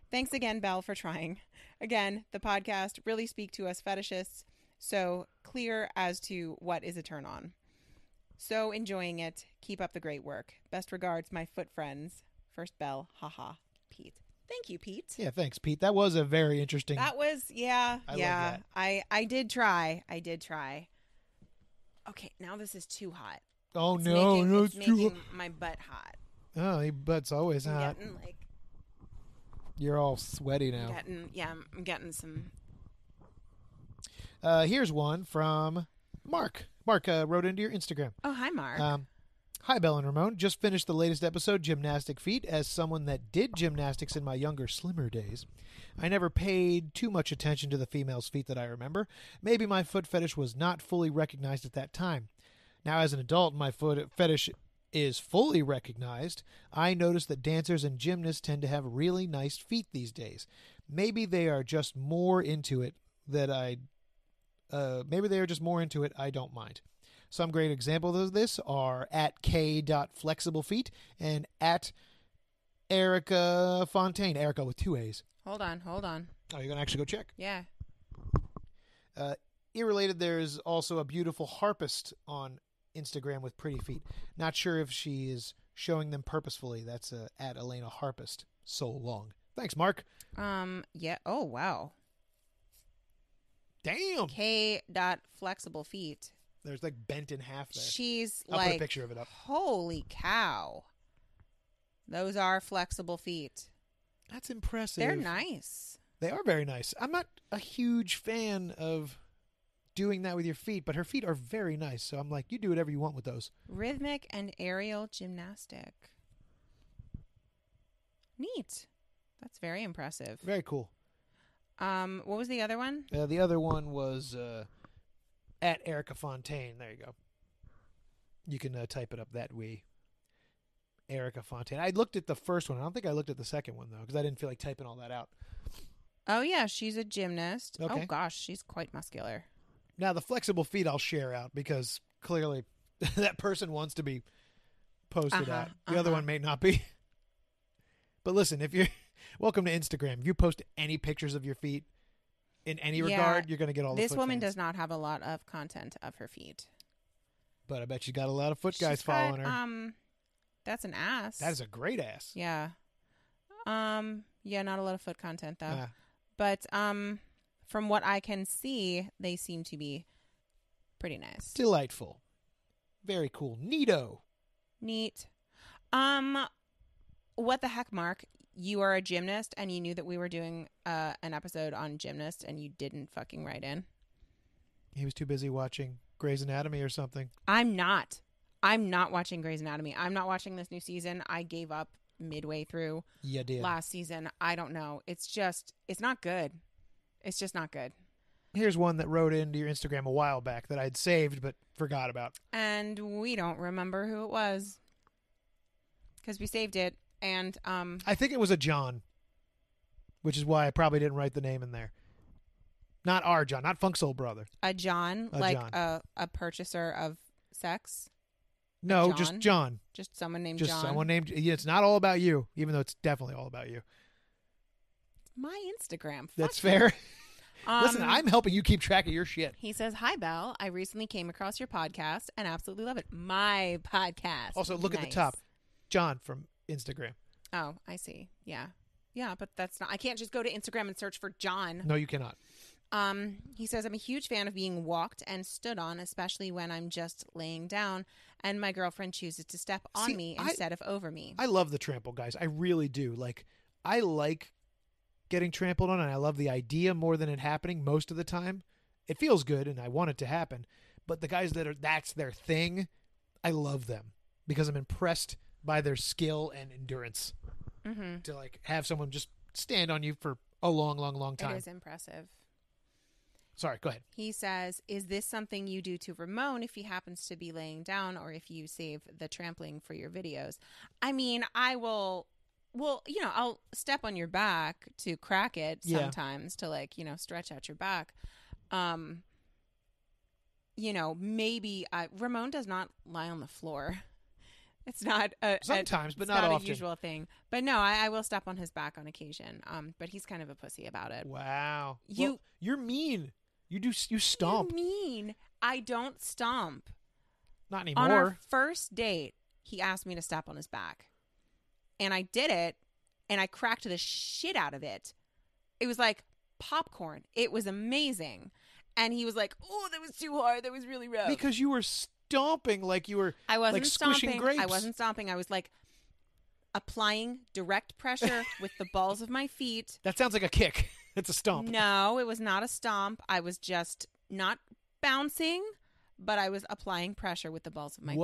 Thanks again, Belle, for trying. Again, the podcast really speak to us fetishists, so clear as to what is a turn on. So enjoying it. Keep up the great work. Best regards, my foot friends. First Belle, haha, Pete. Thank you, Pete.
Yeah, thanks, Pete. That was a very interesting.
That was yeah,
I love
yeah.
that.
I I did try. I did try. Okay, now this is too hot.
oh
It's
no,
making,
no,
it's
it's too.
making my butt hot.
Oh, he butts always
I'm
hot.
getting like
You're all sweaty
I'm
now.
getting yeah, I'm- I'm getting some
Uh, here's one from Mark. Mark uh, wrote into your Instagram.
Oh, hi Mark.
Um, Hi, Bell and Ramon. Just finished the latest episode, Gymnastic Feet. As someone that did gymnastics in my younger, slimmer days, I never paid too much attention to the female's feet that I remember. Maybe my foot fetish was not fully recognized at that time. Now, as an adult, my foot fetish is fully recognized. I notice that dancers and gymnasts tend to have really nice feet these days. Maybe they are just more into it that I. Uh, maybe they are just more into it. I don't mind. Some great examples of this are at k.flexiblefeet and at Erica Fontaine. Erica with two A's.
hold on, hold on.
Oh, you're going to actually go check.
Yeah.
Uh, irrelated, there's also a beautiful harpist on Instagram with pretty feet. Not sure if she is showing them purposefully. That's uh, at Elena Harpist. So long. Thanks, Mark.
Um yeah. Oh wow.
Damn.
K dot flexible feet.
There's like bent in half there.
She's
I'll put a
like
picture of it up.
Holy cow. Those are flexible feet.
That's impressive.
They're nice.
They are very nice. I'm not a huge fan of doing that with your feet, but her feet are very nice. So I'm like, you do whatever you want with those.
Rhythmic and aerial gymnastic. Neat. That's very impressive.
Very cool.
Um, what was the other one?
Uh, the other one was uh, at Erica Fontaine. There you go. You can uh, type it up that way. Erica Fontaine. I looked at the first one. I don't think I looked at the second one though, because I didn't feel like typing all that out.
Oh yeah, she's a gymnast. Oh
Okay.
gosh, she's quite muscular.
Now the flexible feet I'll share out because clearly (laughs) that person wants to be posted
Uh-huh,
out. The other
uh-huh.
one may not be. (laughs) But listen, if you're (laughs) welcome to Instagram, if you post any pictures of your feet in any
Yeah,
regard, you're gonna get all the
This
foot
woman
fans.
does not have a lot of content of her feet.
But I bet you got a lot of foot guys
She's got,
following her.
Um that's an ass.
that is a great ass.
Yeah. Um yeah, not a lot of foot content though.
Ah,
but um from what i can see they seem to be pretty nice
delightful. Very cool. Neato.
neat um what the heck mark you are a gymnast and you knew that we were doing uh, an episode on gymnast and you didn't fucking write in
He was too busy watching Grey's Anatomy or something.
i'm not i'm not watching grey's anatomy i'm not watching this new season i gave up midway through
Yeah, did.
last season i don't know it's just it's not good it's just not good
Here's one that wrote into your Instagram a while back that I'd saved but forgot about.
and we don't remember who it was because we saved it and um
I think it was a John, which is why I probably didn't write the name in there. Not our John, not Funk Soul Brother.
a john
A
like
John.
a a purchaser of sex
No,
John?
just John.
just someone named
Just
john
someone named. yeah, It's not all about you, even though it's definitely all about you.
my instagram Fuck
That's
you.
fair. (laughs)
Listen,
Um,
I'm helping you keep track of your shit.
He says, Hi, Belle. I recently came across your podcast and absolutely love it. My podcast.
Also, look at the
Nice.
top. John from Instagram.
Oh, I see. Yeah. Yeah, but that's not, I can't just go to Instagram and search for John.
No, you cannot.
Um, he says, I'm a huge fan of being walked and stood on, especially when I'm just laying down and my girlfriend chooses to step on
See,
me
I-
instead of over me.
I love the trample, guys. I really do. Like, I like getting trampled on, and I love the idea more than it happening most of the time. It feels good, and I want it to happen. But the guys that are that's their thing, I love them because I'm impressed by their skill and endurance
mm-hmm.
to like have someone just stand on you for a long, long, long
It
time.
is impressive.
Sorry, go ahead.
He says, Is this something you do to Ramon if he happens to be laying down or if you save the trampling for your videos? I mean, I will, well, you know, I'll step on your back to crack it
Yeah.
sometimes to like, you know, stretch out your back. Um, you know, maybe I, Ramon does not lie on the floor. (laughs) It's not a, a
Sometimes, but
it's
not,
not
often.
a usual thing. But no, I, I will step on his back on occasion. Um, but he's kind of a pussy about it.
Wow,
You-
Well, you're mean. You do you
What
stomp?
do you mean? I don't stomp.
Not
on our
anymore.
first date, he asked me to step on his back. And I did it and I cracked the shit out of it. It was like popcorn. It was amazing. And he was like, "Oh, that was too hard. That was really rough."
Because you were stomping like you were
I wasn't
like squishing
stomping.
grapes.
I wasn't stomping. I was like applying
(laughs)
direct pressure with the balls of my feet.
That sounds like a kick. (laughs) It's a stomp.
No, it was not a stomp. I was just not bouncing, but I was applying pressure with the balls of my feet.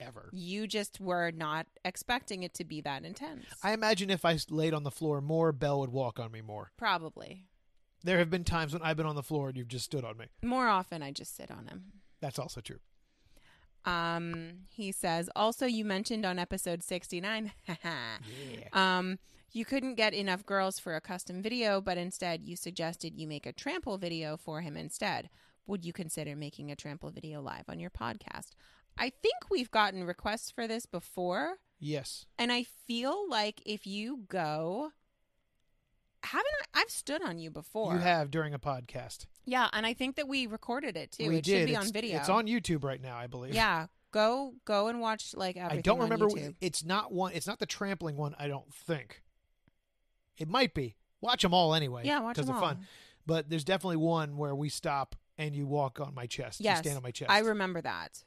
Whatever.
You just were not expecting it to be that intense.
I imagine if I laid on the floor more, Belle would walk on me more.
Probably.
There have been times when I've been on the floor and you've just stood on me.
More often, I just sit on him.
That's also true.
Um, he says, also, you mentioned on episode (laughs) 69, um, you couldn't get enough girls for a custom video, but instead you suggested you make a trample video for him instead. Would you consider making a trample video live on your podcast? I think we've gotten requests for this before.
Yes.
And I feel like if you go, haven't I? I've stood on you before.
You have during a podcast.
Yeah, and I think that we recorded it too.
we
it
did.
should be
it's,
on video.
It's on YouTube right now, I believe.
Yeah, go go and watch like everything.
I don't
on
remember. wh-
YouTube.
It's not one. It's not the trampling one. I don't think. It might be. Watch them all anyway.
Yeah, watch
because
them
they're fun. But there's definitely one where we stop and you walk on my chest.
Yes,
You stand on my chest.
I remember that.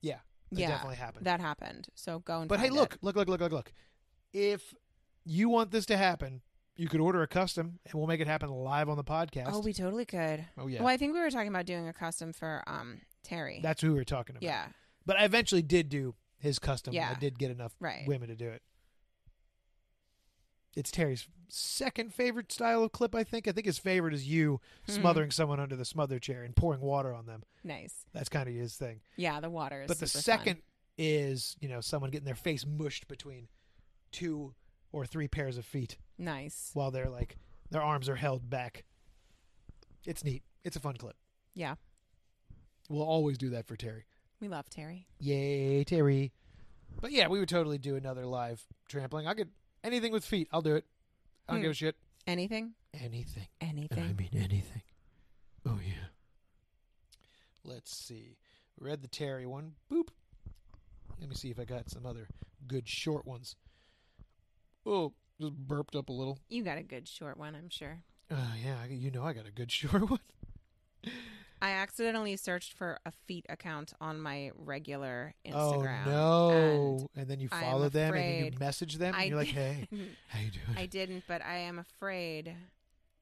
Yeah. That
yeah,
definitely happened.
That happened. So go and.
But hey,
find it.
look, look, look, look, look, look. If you want this to happen, you could order a custom, and we'll make it happen live on the podcast.
Oh, we totally could.
Oh, yeah.
Well, I think we were talking about doing a custom for um Terry.
That's who we were talking about.
yeah,
But I eventually did do his custom.
Yeah.
I did get enough
Right.
women to do it. It's Terry's second favorite style of clip, I think. I think his favorite is you
Hmm.
smothering someone under the smother chair and pouring water on them.
nice.
That's kind of his thing.
Yeah, the water is.
but the
super fun.
second is, you know, someone getting their face mushed between two or three pairs of feet.
nice.
while they're like their arms are held back. It's neat. It's a fun clip.
Yeah,
We'll always do that for Terry.
we love Terry.
Yay, Terry. But yeah, we would totally do another live trampling. I could anything with feet. I'll do it. I don't
Hmm.
give a shit.
Anything,
Anything.
anything.
mean anything. Oh yeah. Let's see. Read the Terry one. Boop. Let me see if I got some other good short ones. Oh, just burped up a little.
You got a good short one, I'm sure.
Uh, yeah, I- you know I got a good (laughs) short one.
I accidentally searched for a feet account on my regular Instagram.
Oh
and
no! And, then you
I'm
follow them and you
afraid
message them
I
and you're like,
did-
"Hey,
(laughs)
(laughs) how you doing?"
I didn't, but I am afraid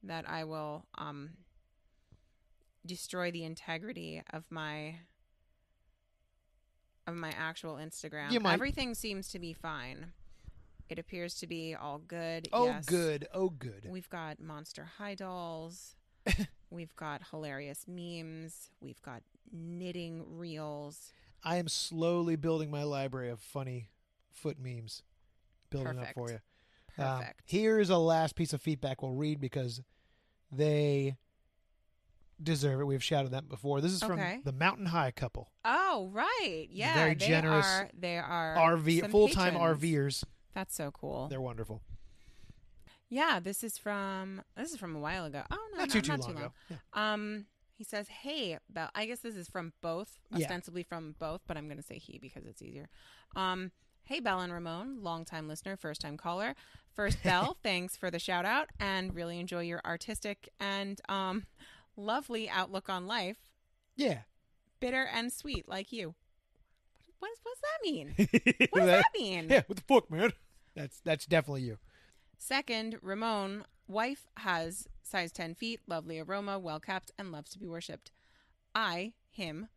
that I will um destroy the integrity of my of my actual Instagram.
You might.
Everything seems to be fine. It appears to be all good.
oh
yes.
good, oh good.
We've got Monster
(laughs)
High dolls. We've got hilarious memes. We've got knitting reels.
I am slowly building my library of funny foot memes, building up for you.
Perfect.
Um,
Perfect.
here's a last piece of feedback we'll read because they deserve it. We've shouted that before. This is from
Okay.
the Mountain High couple,
Oh right, yeah,
Very
they
generous
Are, they are
RV
some
full time
patrons.
RVers.
That's so cool.
They're wonderful.
Yeah, this is from this is from a while ago. Oh no,
Not
no,
too, too
not
long ago. Yeah.
Um, he says, "Hey, Bell." I guess this is from both,
Yeah.
ostensibly from both, but I'm going to say he because it's easier. Um, hey, Bell and Ramon, longtime listener, first time caller.
(laughs)
First, Bell, thanks for the shout out, and really enjoy your artistic and um, lovely outlook on life,
Yeah.
bitter and sweet like you. What what does that
(laughs)
mean? What does
that,
that mean?
yeah, what the fuck, man? That's that's definitely you.
Second, Ramon, wife has size 10 feet, lovely aroma, well kept, and loves to be worshipped. I, him,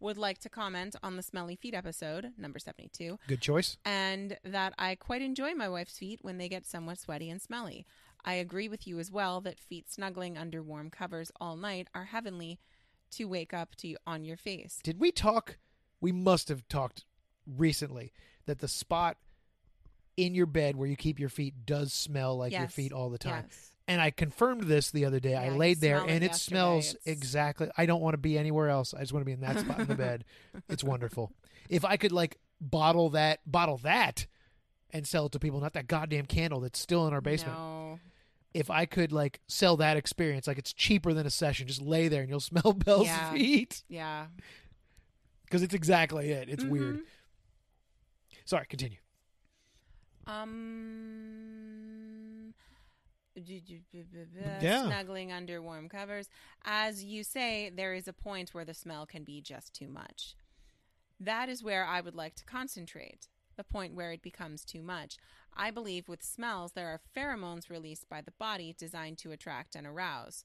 would like to comment on the smelly feet episode, number 72,
Good choice.
and that I quite enjoy my wife's feet when they get somewhat sweaty and smelly. I agree with you as well that feet snuggling under warm covers all night are heavenly to wake up to on your face.
Did we talk? We must have talked recently that the spot in your bed where you keep your feet does smell like your
Yes.
feet all the time.
Yes.
And I confirmed this the other day.
Yeah, I
I
could
laid there
smell it
and it
yesterday.
smells
It's-
exactly. I don't want to be anywhere else. I just want to be in that spot in
(laughs)
the bed. It's wonderful. If I could like bottle that, bottle that, and sell it to people, not that goddamn candle that's still in our basement.
No.
if I could like sell that experience, like it's cheaper than a session. Just lay there and you'll (laughs) smell Belle's
Yeah.
feet
Yeah.
because it's exactly it. It's weird.
Mhm.
Sorry, continue.
Um. d- d- b- b- b-
Yeah.
Snuggling under warm covers. As you say, there is a point where the smell can be just too much. That is where I would like to concentrate, the point where it becomes too much. I believe with smells, there are pheromones released by the body designed to attract and arouse.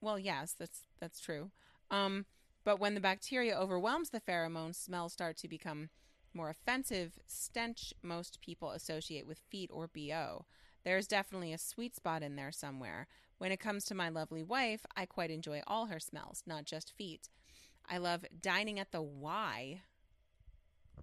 Well, yes, that's that's true. Um, but when the bacteria overwhelms the pheromones, smells start to become more offensive. Stench most people associate with feet or BO. There's definitely a sweet spot in there somewhere. When it comes to my lovely wife, I quite enjoy all her smells, not just feet. I love dining at the Y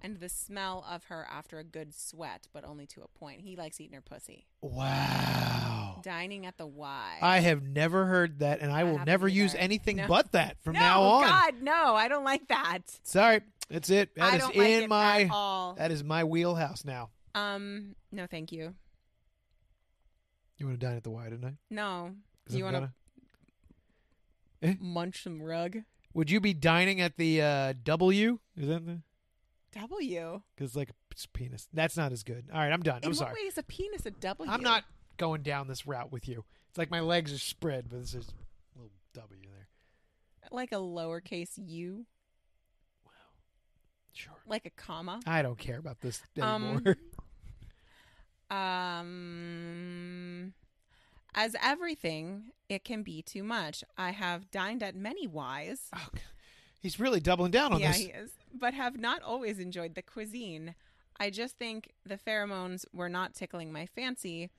and the smell of her after a good sweat, but only to a point. He likes eating her pussy.
Wow.
Dining at the Y.
I have never heard that, and I
I
will
haven't
never use
either.
anything
No.
but that from
no,
now on.
God, no, I don't like that.
Sorry, that's it. That
I
is
don't like
in
it
my
at all.
that is my wheelhouse now.
Um, no, thank you.
You want to dine at the Y tonight?
No,
'Cause
do you
I'm
want to
gonna- Eh?
munch some rug?
Would you be dining at the uh, W? Is that the?
W.
Because like it's penis. That's not as good. All right, I'm done.
In
I'm
what
sorry.
way is a penis a W?
I'm not going down this route with you. It's like my legs are spread, but this is a little W there.
like a lowercase U,
Sure.
like a comma.
I don't care about this
Um,
anymore. (laughs)
Um, as everything, it can be too much. I have dined at many Y's.
Oh, God. He's really doubling down on
yeah,
this.
he is. But have not always enjoyed the cuisine. I just think the pheromones were not tickling my fancy.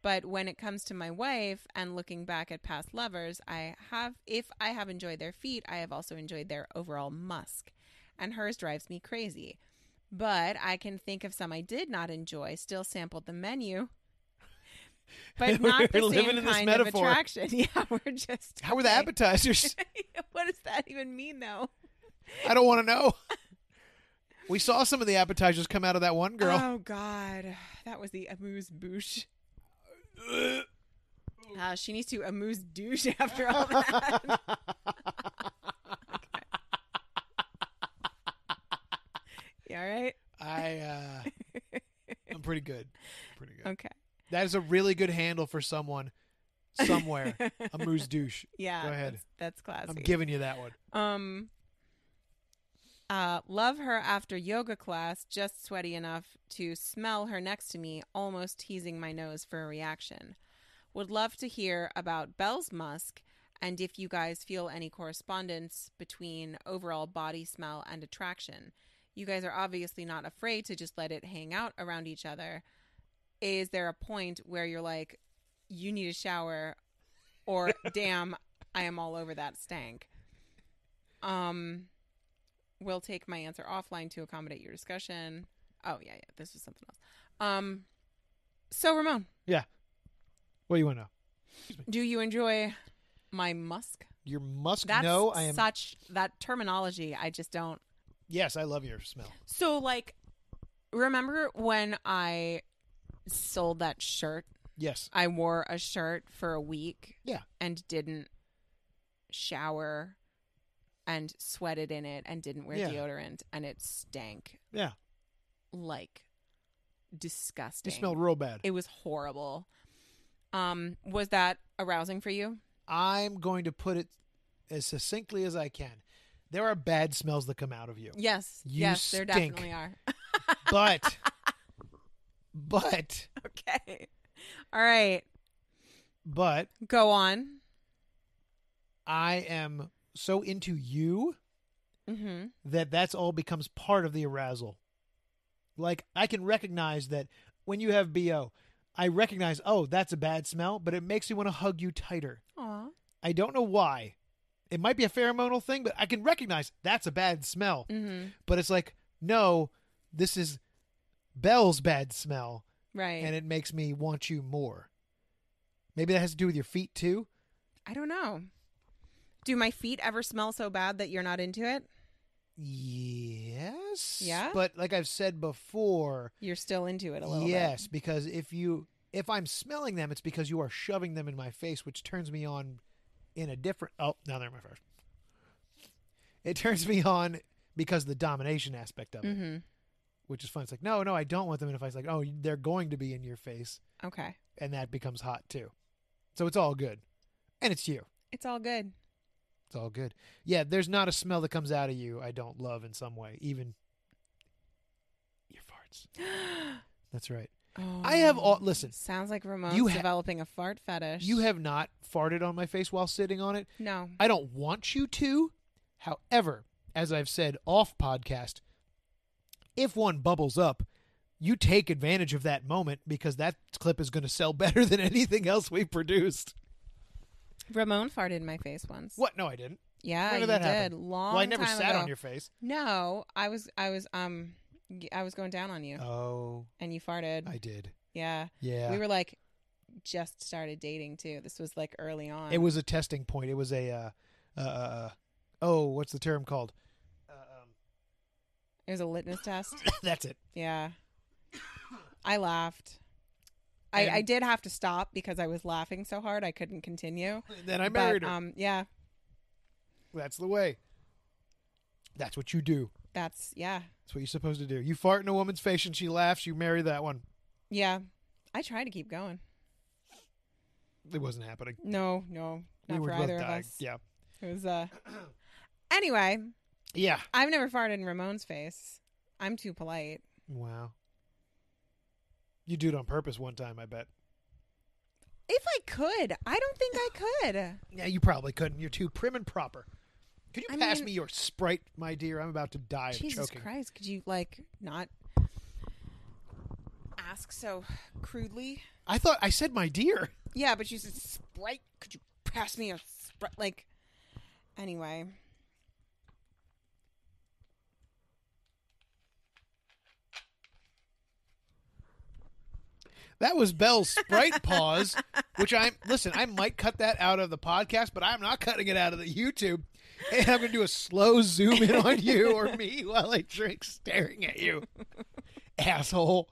But when it comes to my wife and looking back at past lovers, I have, if I have enjoyed their feet, I have also enjoyed their overall musk. And hers drives me crazy. But I can think of some I did not enjoy, still sampled
(laughs)
the menu. But
We're
not the
living
same
in this
kind of
metaphor.
attraction. (laughs) Yeah, we're just.
How were the
okay.
appetizers?
(laughs) what does that even mean, though?
I don't want to know. We saw some of the appetizers come out of that one girl.
Oh God, that was the amuse bouche. Uh, she needs to amuse douche (laughs) after all that. (laughs) you all right?
I uh I'm pretty good. Pretty good.
Okay. (laughs)
That is a really good handle for someone
(laughs)
somewhere. a moose douche.
Yeah.
Go ahead.
That's, that's classy.
I'm giving you that one.
um. Uh, love her after yoga class, just sweaty enough to smell her next to me, almost teasing my nose for a reaction. Would love to hear about Bell's musk and if you guys feel any correspondence between overall body smell and attraction. You guys are obviously not afraid to just let it hang out around each other. Is there a point where you're like, you need a shower, or damn, I am all over that stank? Um, we'll take my answer offline to accommodate your discussion. Oh yeah, yeah, this was something else. Um, so Ramon,
What do you want to know?
do you enjoy my musk?
Your musk
That's
no, I am
such that terminology. I just don't.
Yes, I love your smell.
So like, remember when I sold that shirt
Yes.
I wore a shirt for a week.
Yeah.
And didn't shower and sweated in it and didn't wear
Yeah.
deodorant and it stank
Yeah.
like disgusting.
You smelled real bad.
it was horrible. Um was that arousing for you?
I'm going to put it as succinctly as I can. There are bad smells that come out
(laughs)
of you.
Yes.
You
yes,
stink.
there definitely are. (laughs)
But but
okay. All right.
but
Go on.
I am so into you
Mhm.
that that's all becomes part of the arousal. Like I can recognize that when you have BO, I recognize, oh, that's a bad smell, but it makes me want to hug you tighter.
Aw.
I don't know why. It might be a pheromonal thing, but I can recognize that's a bad smell.
Mhm.
But it's like, no, this is Belle's bad smell,
Right.
and it makes me want you more. Maybe that has to do with your feet too.
I don't know. Do my feet ever smell so bad that you're not into it?
Yes.
Yeah?
But like I've said before,
You're still into it a little
yes, because if you if I'm smelling them, it's because you are shoving them in my face, which turns me on in a different. Oh, no, they're in my first. It turns me on because of the domination aspect of
bit.
it,
Mm-hmm.
which is fun. It's like, no, no, I don't want them in a face. Like, oh, they're going to be in your face,
Okay.
and that becomes hot too. So it's all good, and it's you.
It's all good.
It's all good. Yeah, there's not a smell that comes out of you I don't love in some way, even your farts. That's right. I have all. Listen,
Sounds like Ramon's
You ha-
developing a fart fetish.
You have not farted on my face while sitting on it.
no.
I don't want you to. However, as I've said off podcast, if one bubbles up, you take advantage of that moment because that clip is going to sell better than anything else we've produced.
Ramon farted in my face once.
What? No, I didn't.
Yeah,
when
Ah, you
did that
did.
happen?
Long.
well, I never
time
sat
ago.
on your face.
No, I was. I was. Um, y- I was going down on you,
Oh,
and you farted.
I did.
yeah.
Yeah.
we were like, just started dating too. This was like early on.
it was a testing point. It was a, uh, uh, uh, oh, what's the term called? (coughs) Uh, um,
It was a litmus test.
that's it.
Yeah. I laughed. I, I
And-
did have to stop because I was laughing so hard I couldn't continue.
then I married
but,
her.
Um, yeah,
That's the way. That's what you do.
that's yeah,
That's what you're supposed to do. You fart in a woman's face and she laughs. You marry that one.
yeah. I tried to keep going.
It wasn't happening.
No, no,
we
not
were
for
both
either of
dying.
us.
Yeah.
It was uh. Anyway,
Yeah.
I've never farted in Ramon's face. I'm too polite.
Wow. You do it on purpose one time, I bet.
If I could, I don't think I could.
Yeah, you probably couldn't. You're too prim and proper. Could you
I
pass
mean-
me your sprite, my dear? I'm about to die of
Jesus
choking.
Christ, could you like not ask so crudely?
I thought I said my dear.
Yeah, but you said Sprite. Could you pass me a Sprite? Like, anyway.
(laughs) That was Bell's sprite pause, which I'm listen. I might cut that out of the podcast, but I'm not cutting it out of the YouTube. And I'm going to do a slow zoom in on you or me while I drink, staring at you, asshole.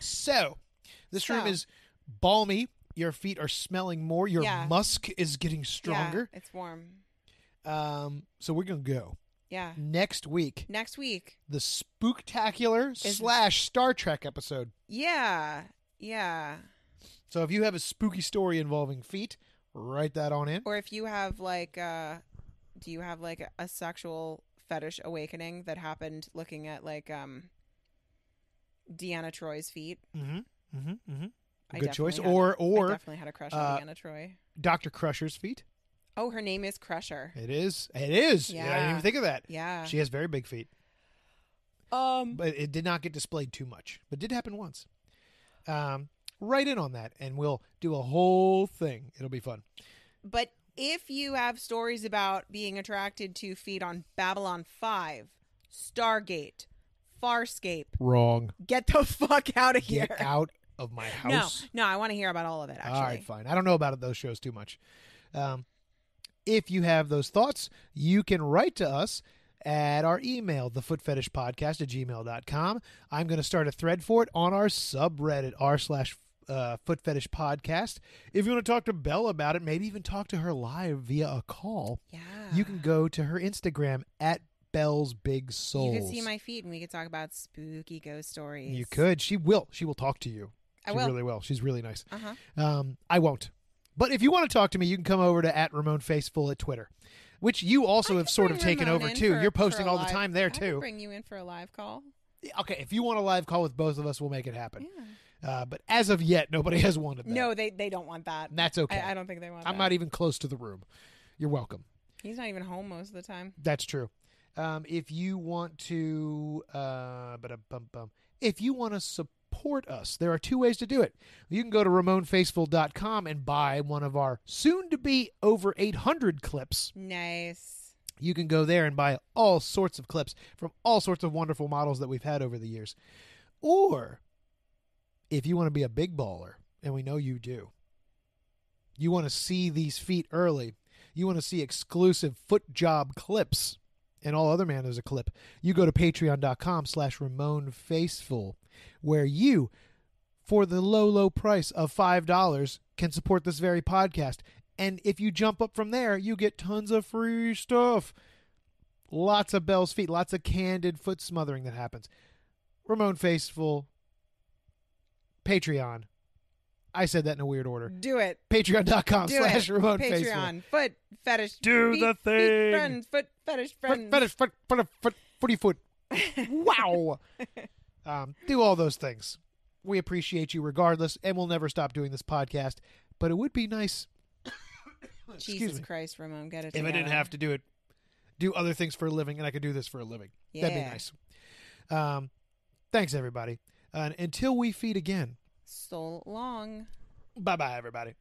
So, this room
So.
is balmy. Your feet are smelling more. Your
Yeah.
musk is getting stronger.
Yeah, it's warm.
Um, so we're going to go
Yeah.
next week.
Next week.
The spooktacular
Is-
slash Star Trek episode.
Yeah. Yeah.
So if you have a spooky story involving feet, write that on in.
Or if you have like, uh, do you have like a sexual fetish awakening that happened looking at like, um, Deanna Troy's feet?
Mm-hmm. Mm-hmm.
I
Mm-hmm. Good choice.
definitely
Or
I
or
definitely had a crush on
uh,
Deanna Troy.
Doctor Crusher's feet.
Oh, her name is Crusher.
It is. It is. Yeah. I didn't even
Yeah.
think of that.
Yeah.
She has very big feet,
um,
but it did not get displayed too much. But it did happen once. Um, write in on that, and we'll do a whole thing. It'll be fun.
But if you have stories about being attracted to feet on Babylon 5, Stargate, Farscape,
Wrong.
get the (laughs) fuck out of here.
Get out of my house.
No, no, I want to hear about all of it, actually.
All right, fine. I don't know about those shows too much. Um, if you have those thoughts, you can write to us at our email, thefootfetishpodcast at gmail.com. I'm going to start a thread for it on our subreddit, r slash uh, Foot Fetish Podcast. If you want to talk to Belle about it, maybe even talk to her live via a call,
Yeah.
you can go to her Instagram at Belle's Big Souls.
You could see my feed and we could talk about spooky ghost stories.
You could. She will. She will talk to you.
I
she
will.
really will. She's really nice.
Uh huh.
Um, I won't. But if you want to talk to me, you can come over to at Ramon Faceful at Twitter, which you also
I
have
could
sort
bring
of taken
Ramon
over
in
too.
for-
You're
for a
posting all the
live-
time there
I could
too.
bring you in for a live call.
Okay, if you want a live call with both of us, we'll make it happen.
Yeah.
Uh, but as of yet, nobody has wanted that.
No, they they don't want that.
and that's okay.
I, I don't think they want.
I'm
that.
not e- even close to the room. You're welcome.
He's not even home most of the time.
That's true. Um, if you want to, uh, but a bum bum. If you want to support us, there are two ways to do it. You can go to RamonFaceful.com and buy one of our soon-to-be over 800 clips.
Nice.
You can go there and buy all sorts of clips from all sorts of wonderful models that we've had over the years. Or, if you want to be a big baller, and we know you do, you want to see these feet early. You want to see exclusive foot job clips and all other manners of clip. You go to patreon.com slash Ramon Faceful, where you, for the low, low price of $5, can support this very podcast. And if you jump up from there, you get tons of free stuff. Lots of Bell's feet, lots of candid foot smothering that happens. Ramon Faceful, Patreon. I said that in a weird order.
Do it.
Patreon.com
Mm. Do
slash
it.
Ramon Faceful.
Patreon. Foot fetish.
Do
feet-
the
Feet
thing.
friends. Foot fetish friends.
Foot, fetish, foot, foot, foot, footy foot. (laughs) Wow. um, do all those things. We appreciate you regardless, and we'll never stop doing this podcast. But it would be nice
Jesus
me.
Christ, Ramon, get it.
if I didn't
together.
have to do it, do other things for a living, and I could do this for a living. That'd be
Yeah.
nice. Um, thanks, Uh, everybody. And until we feed again,
So long.
bye bye, everybody.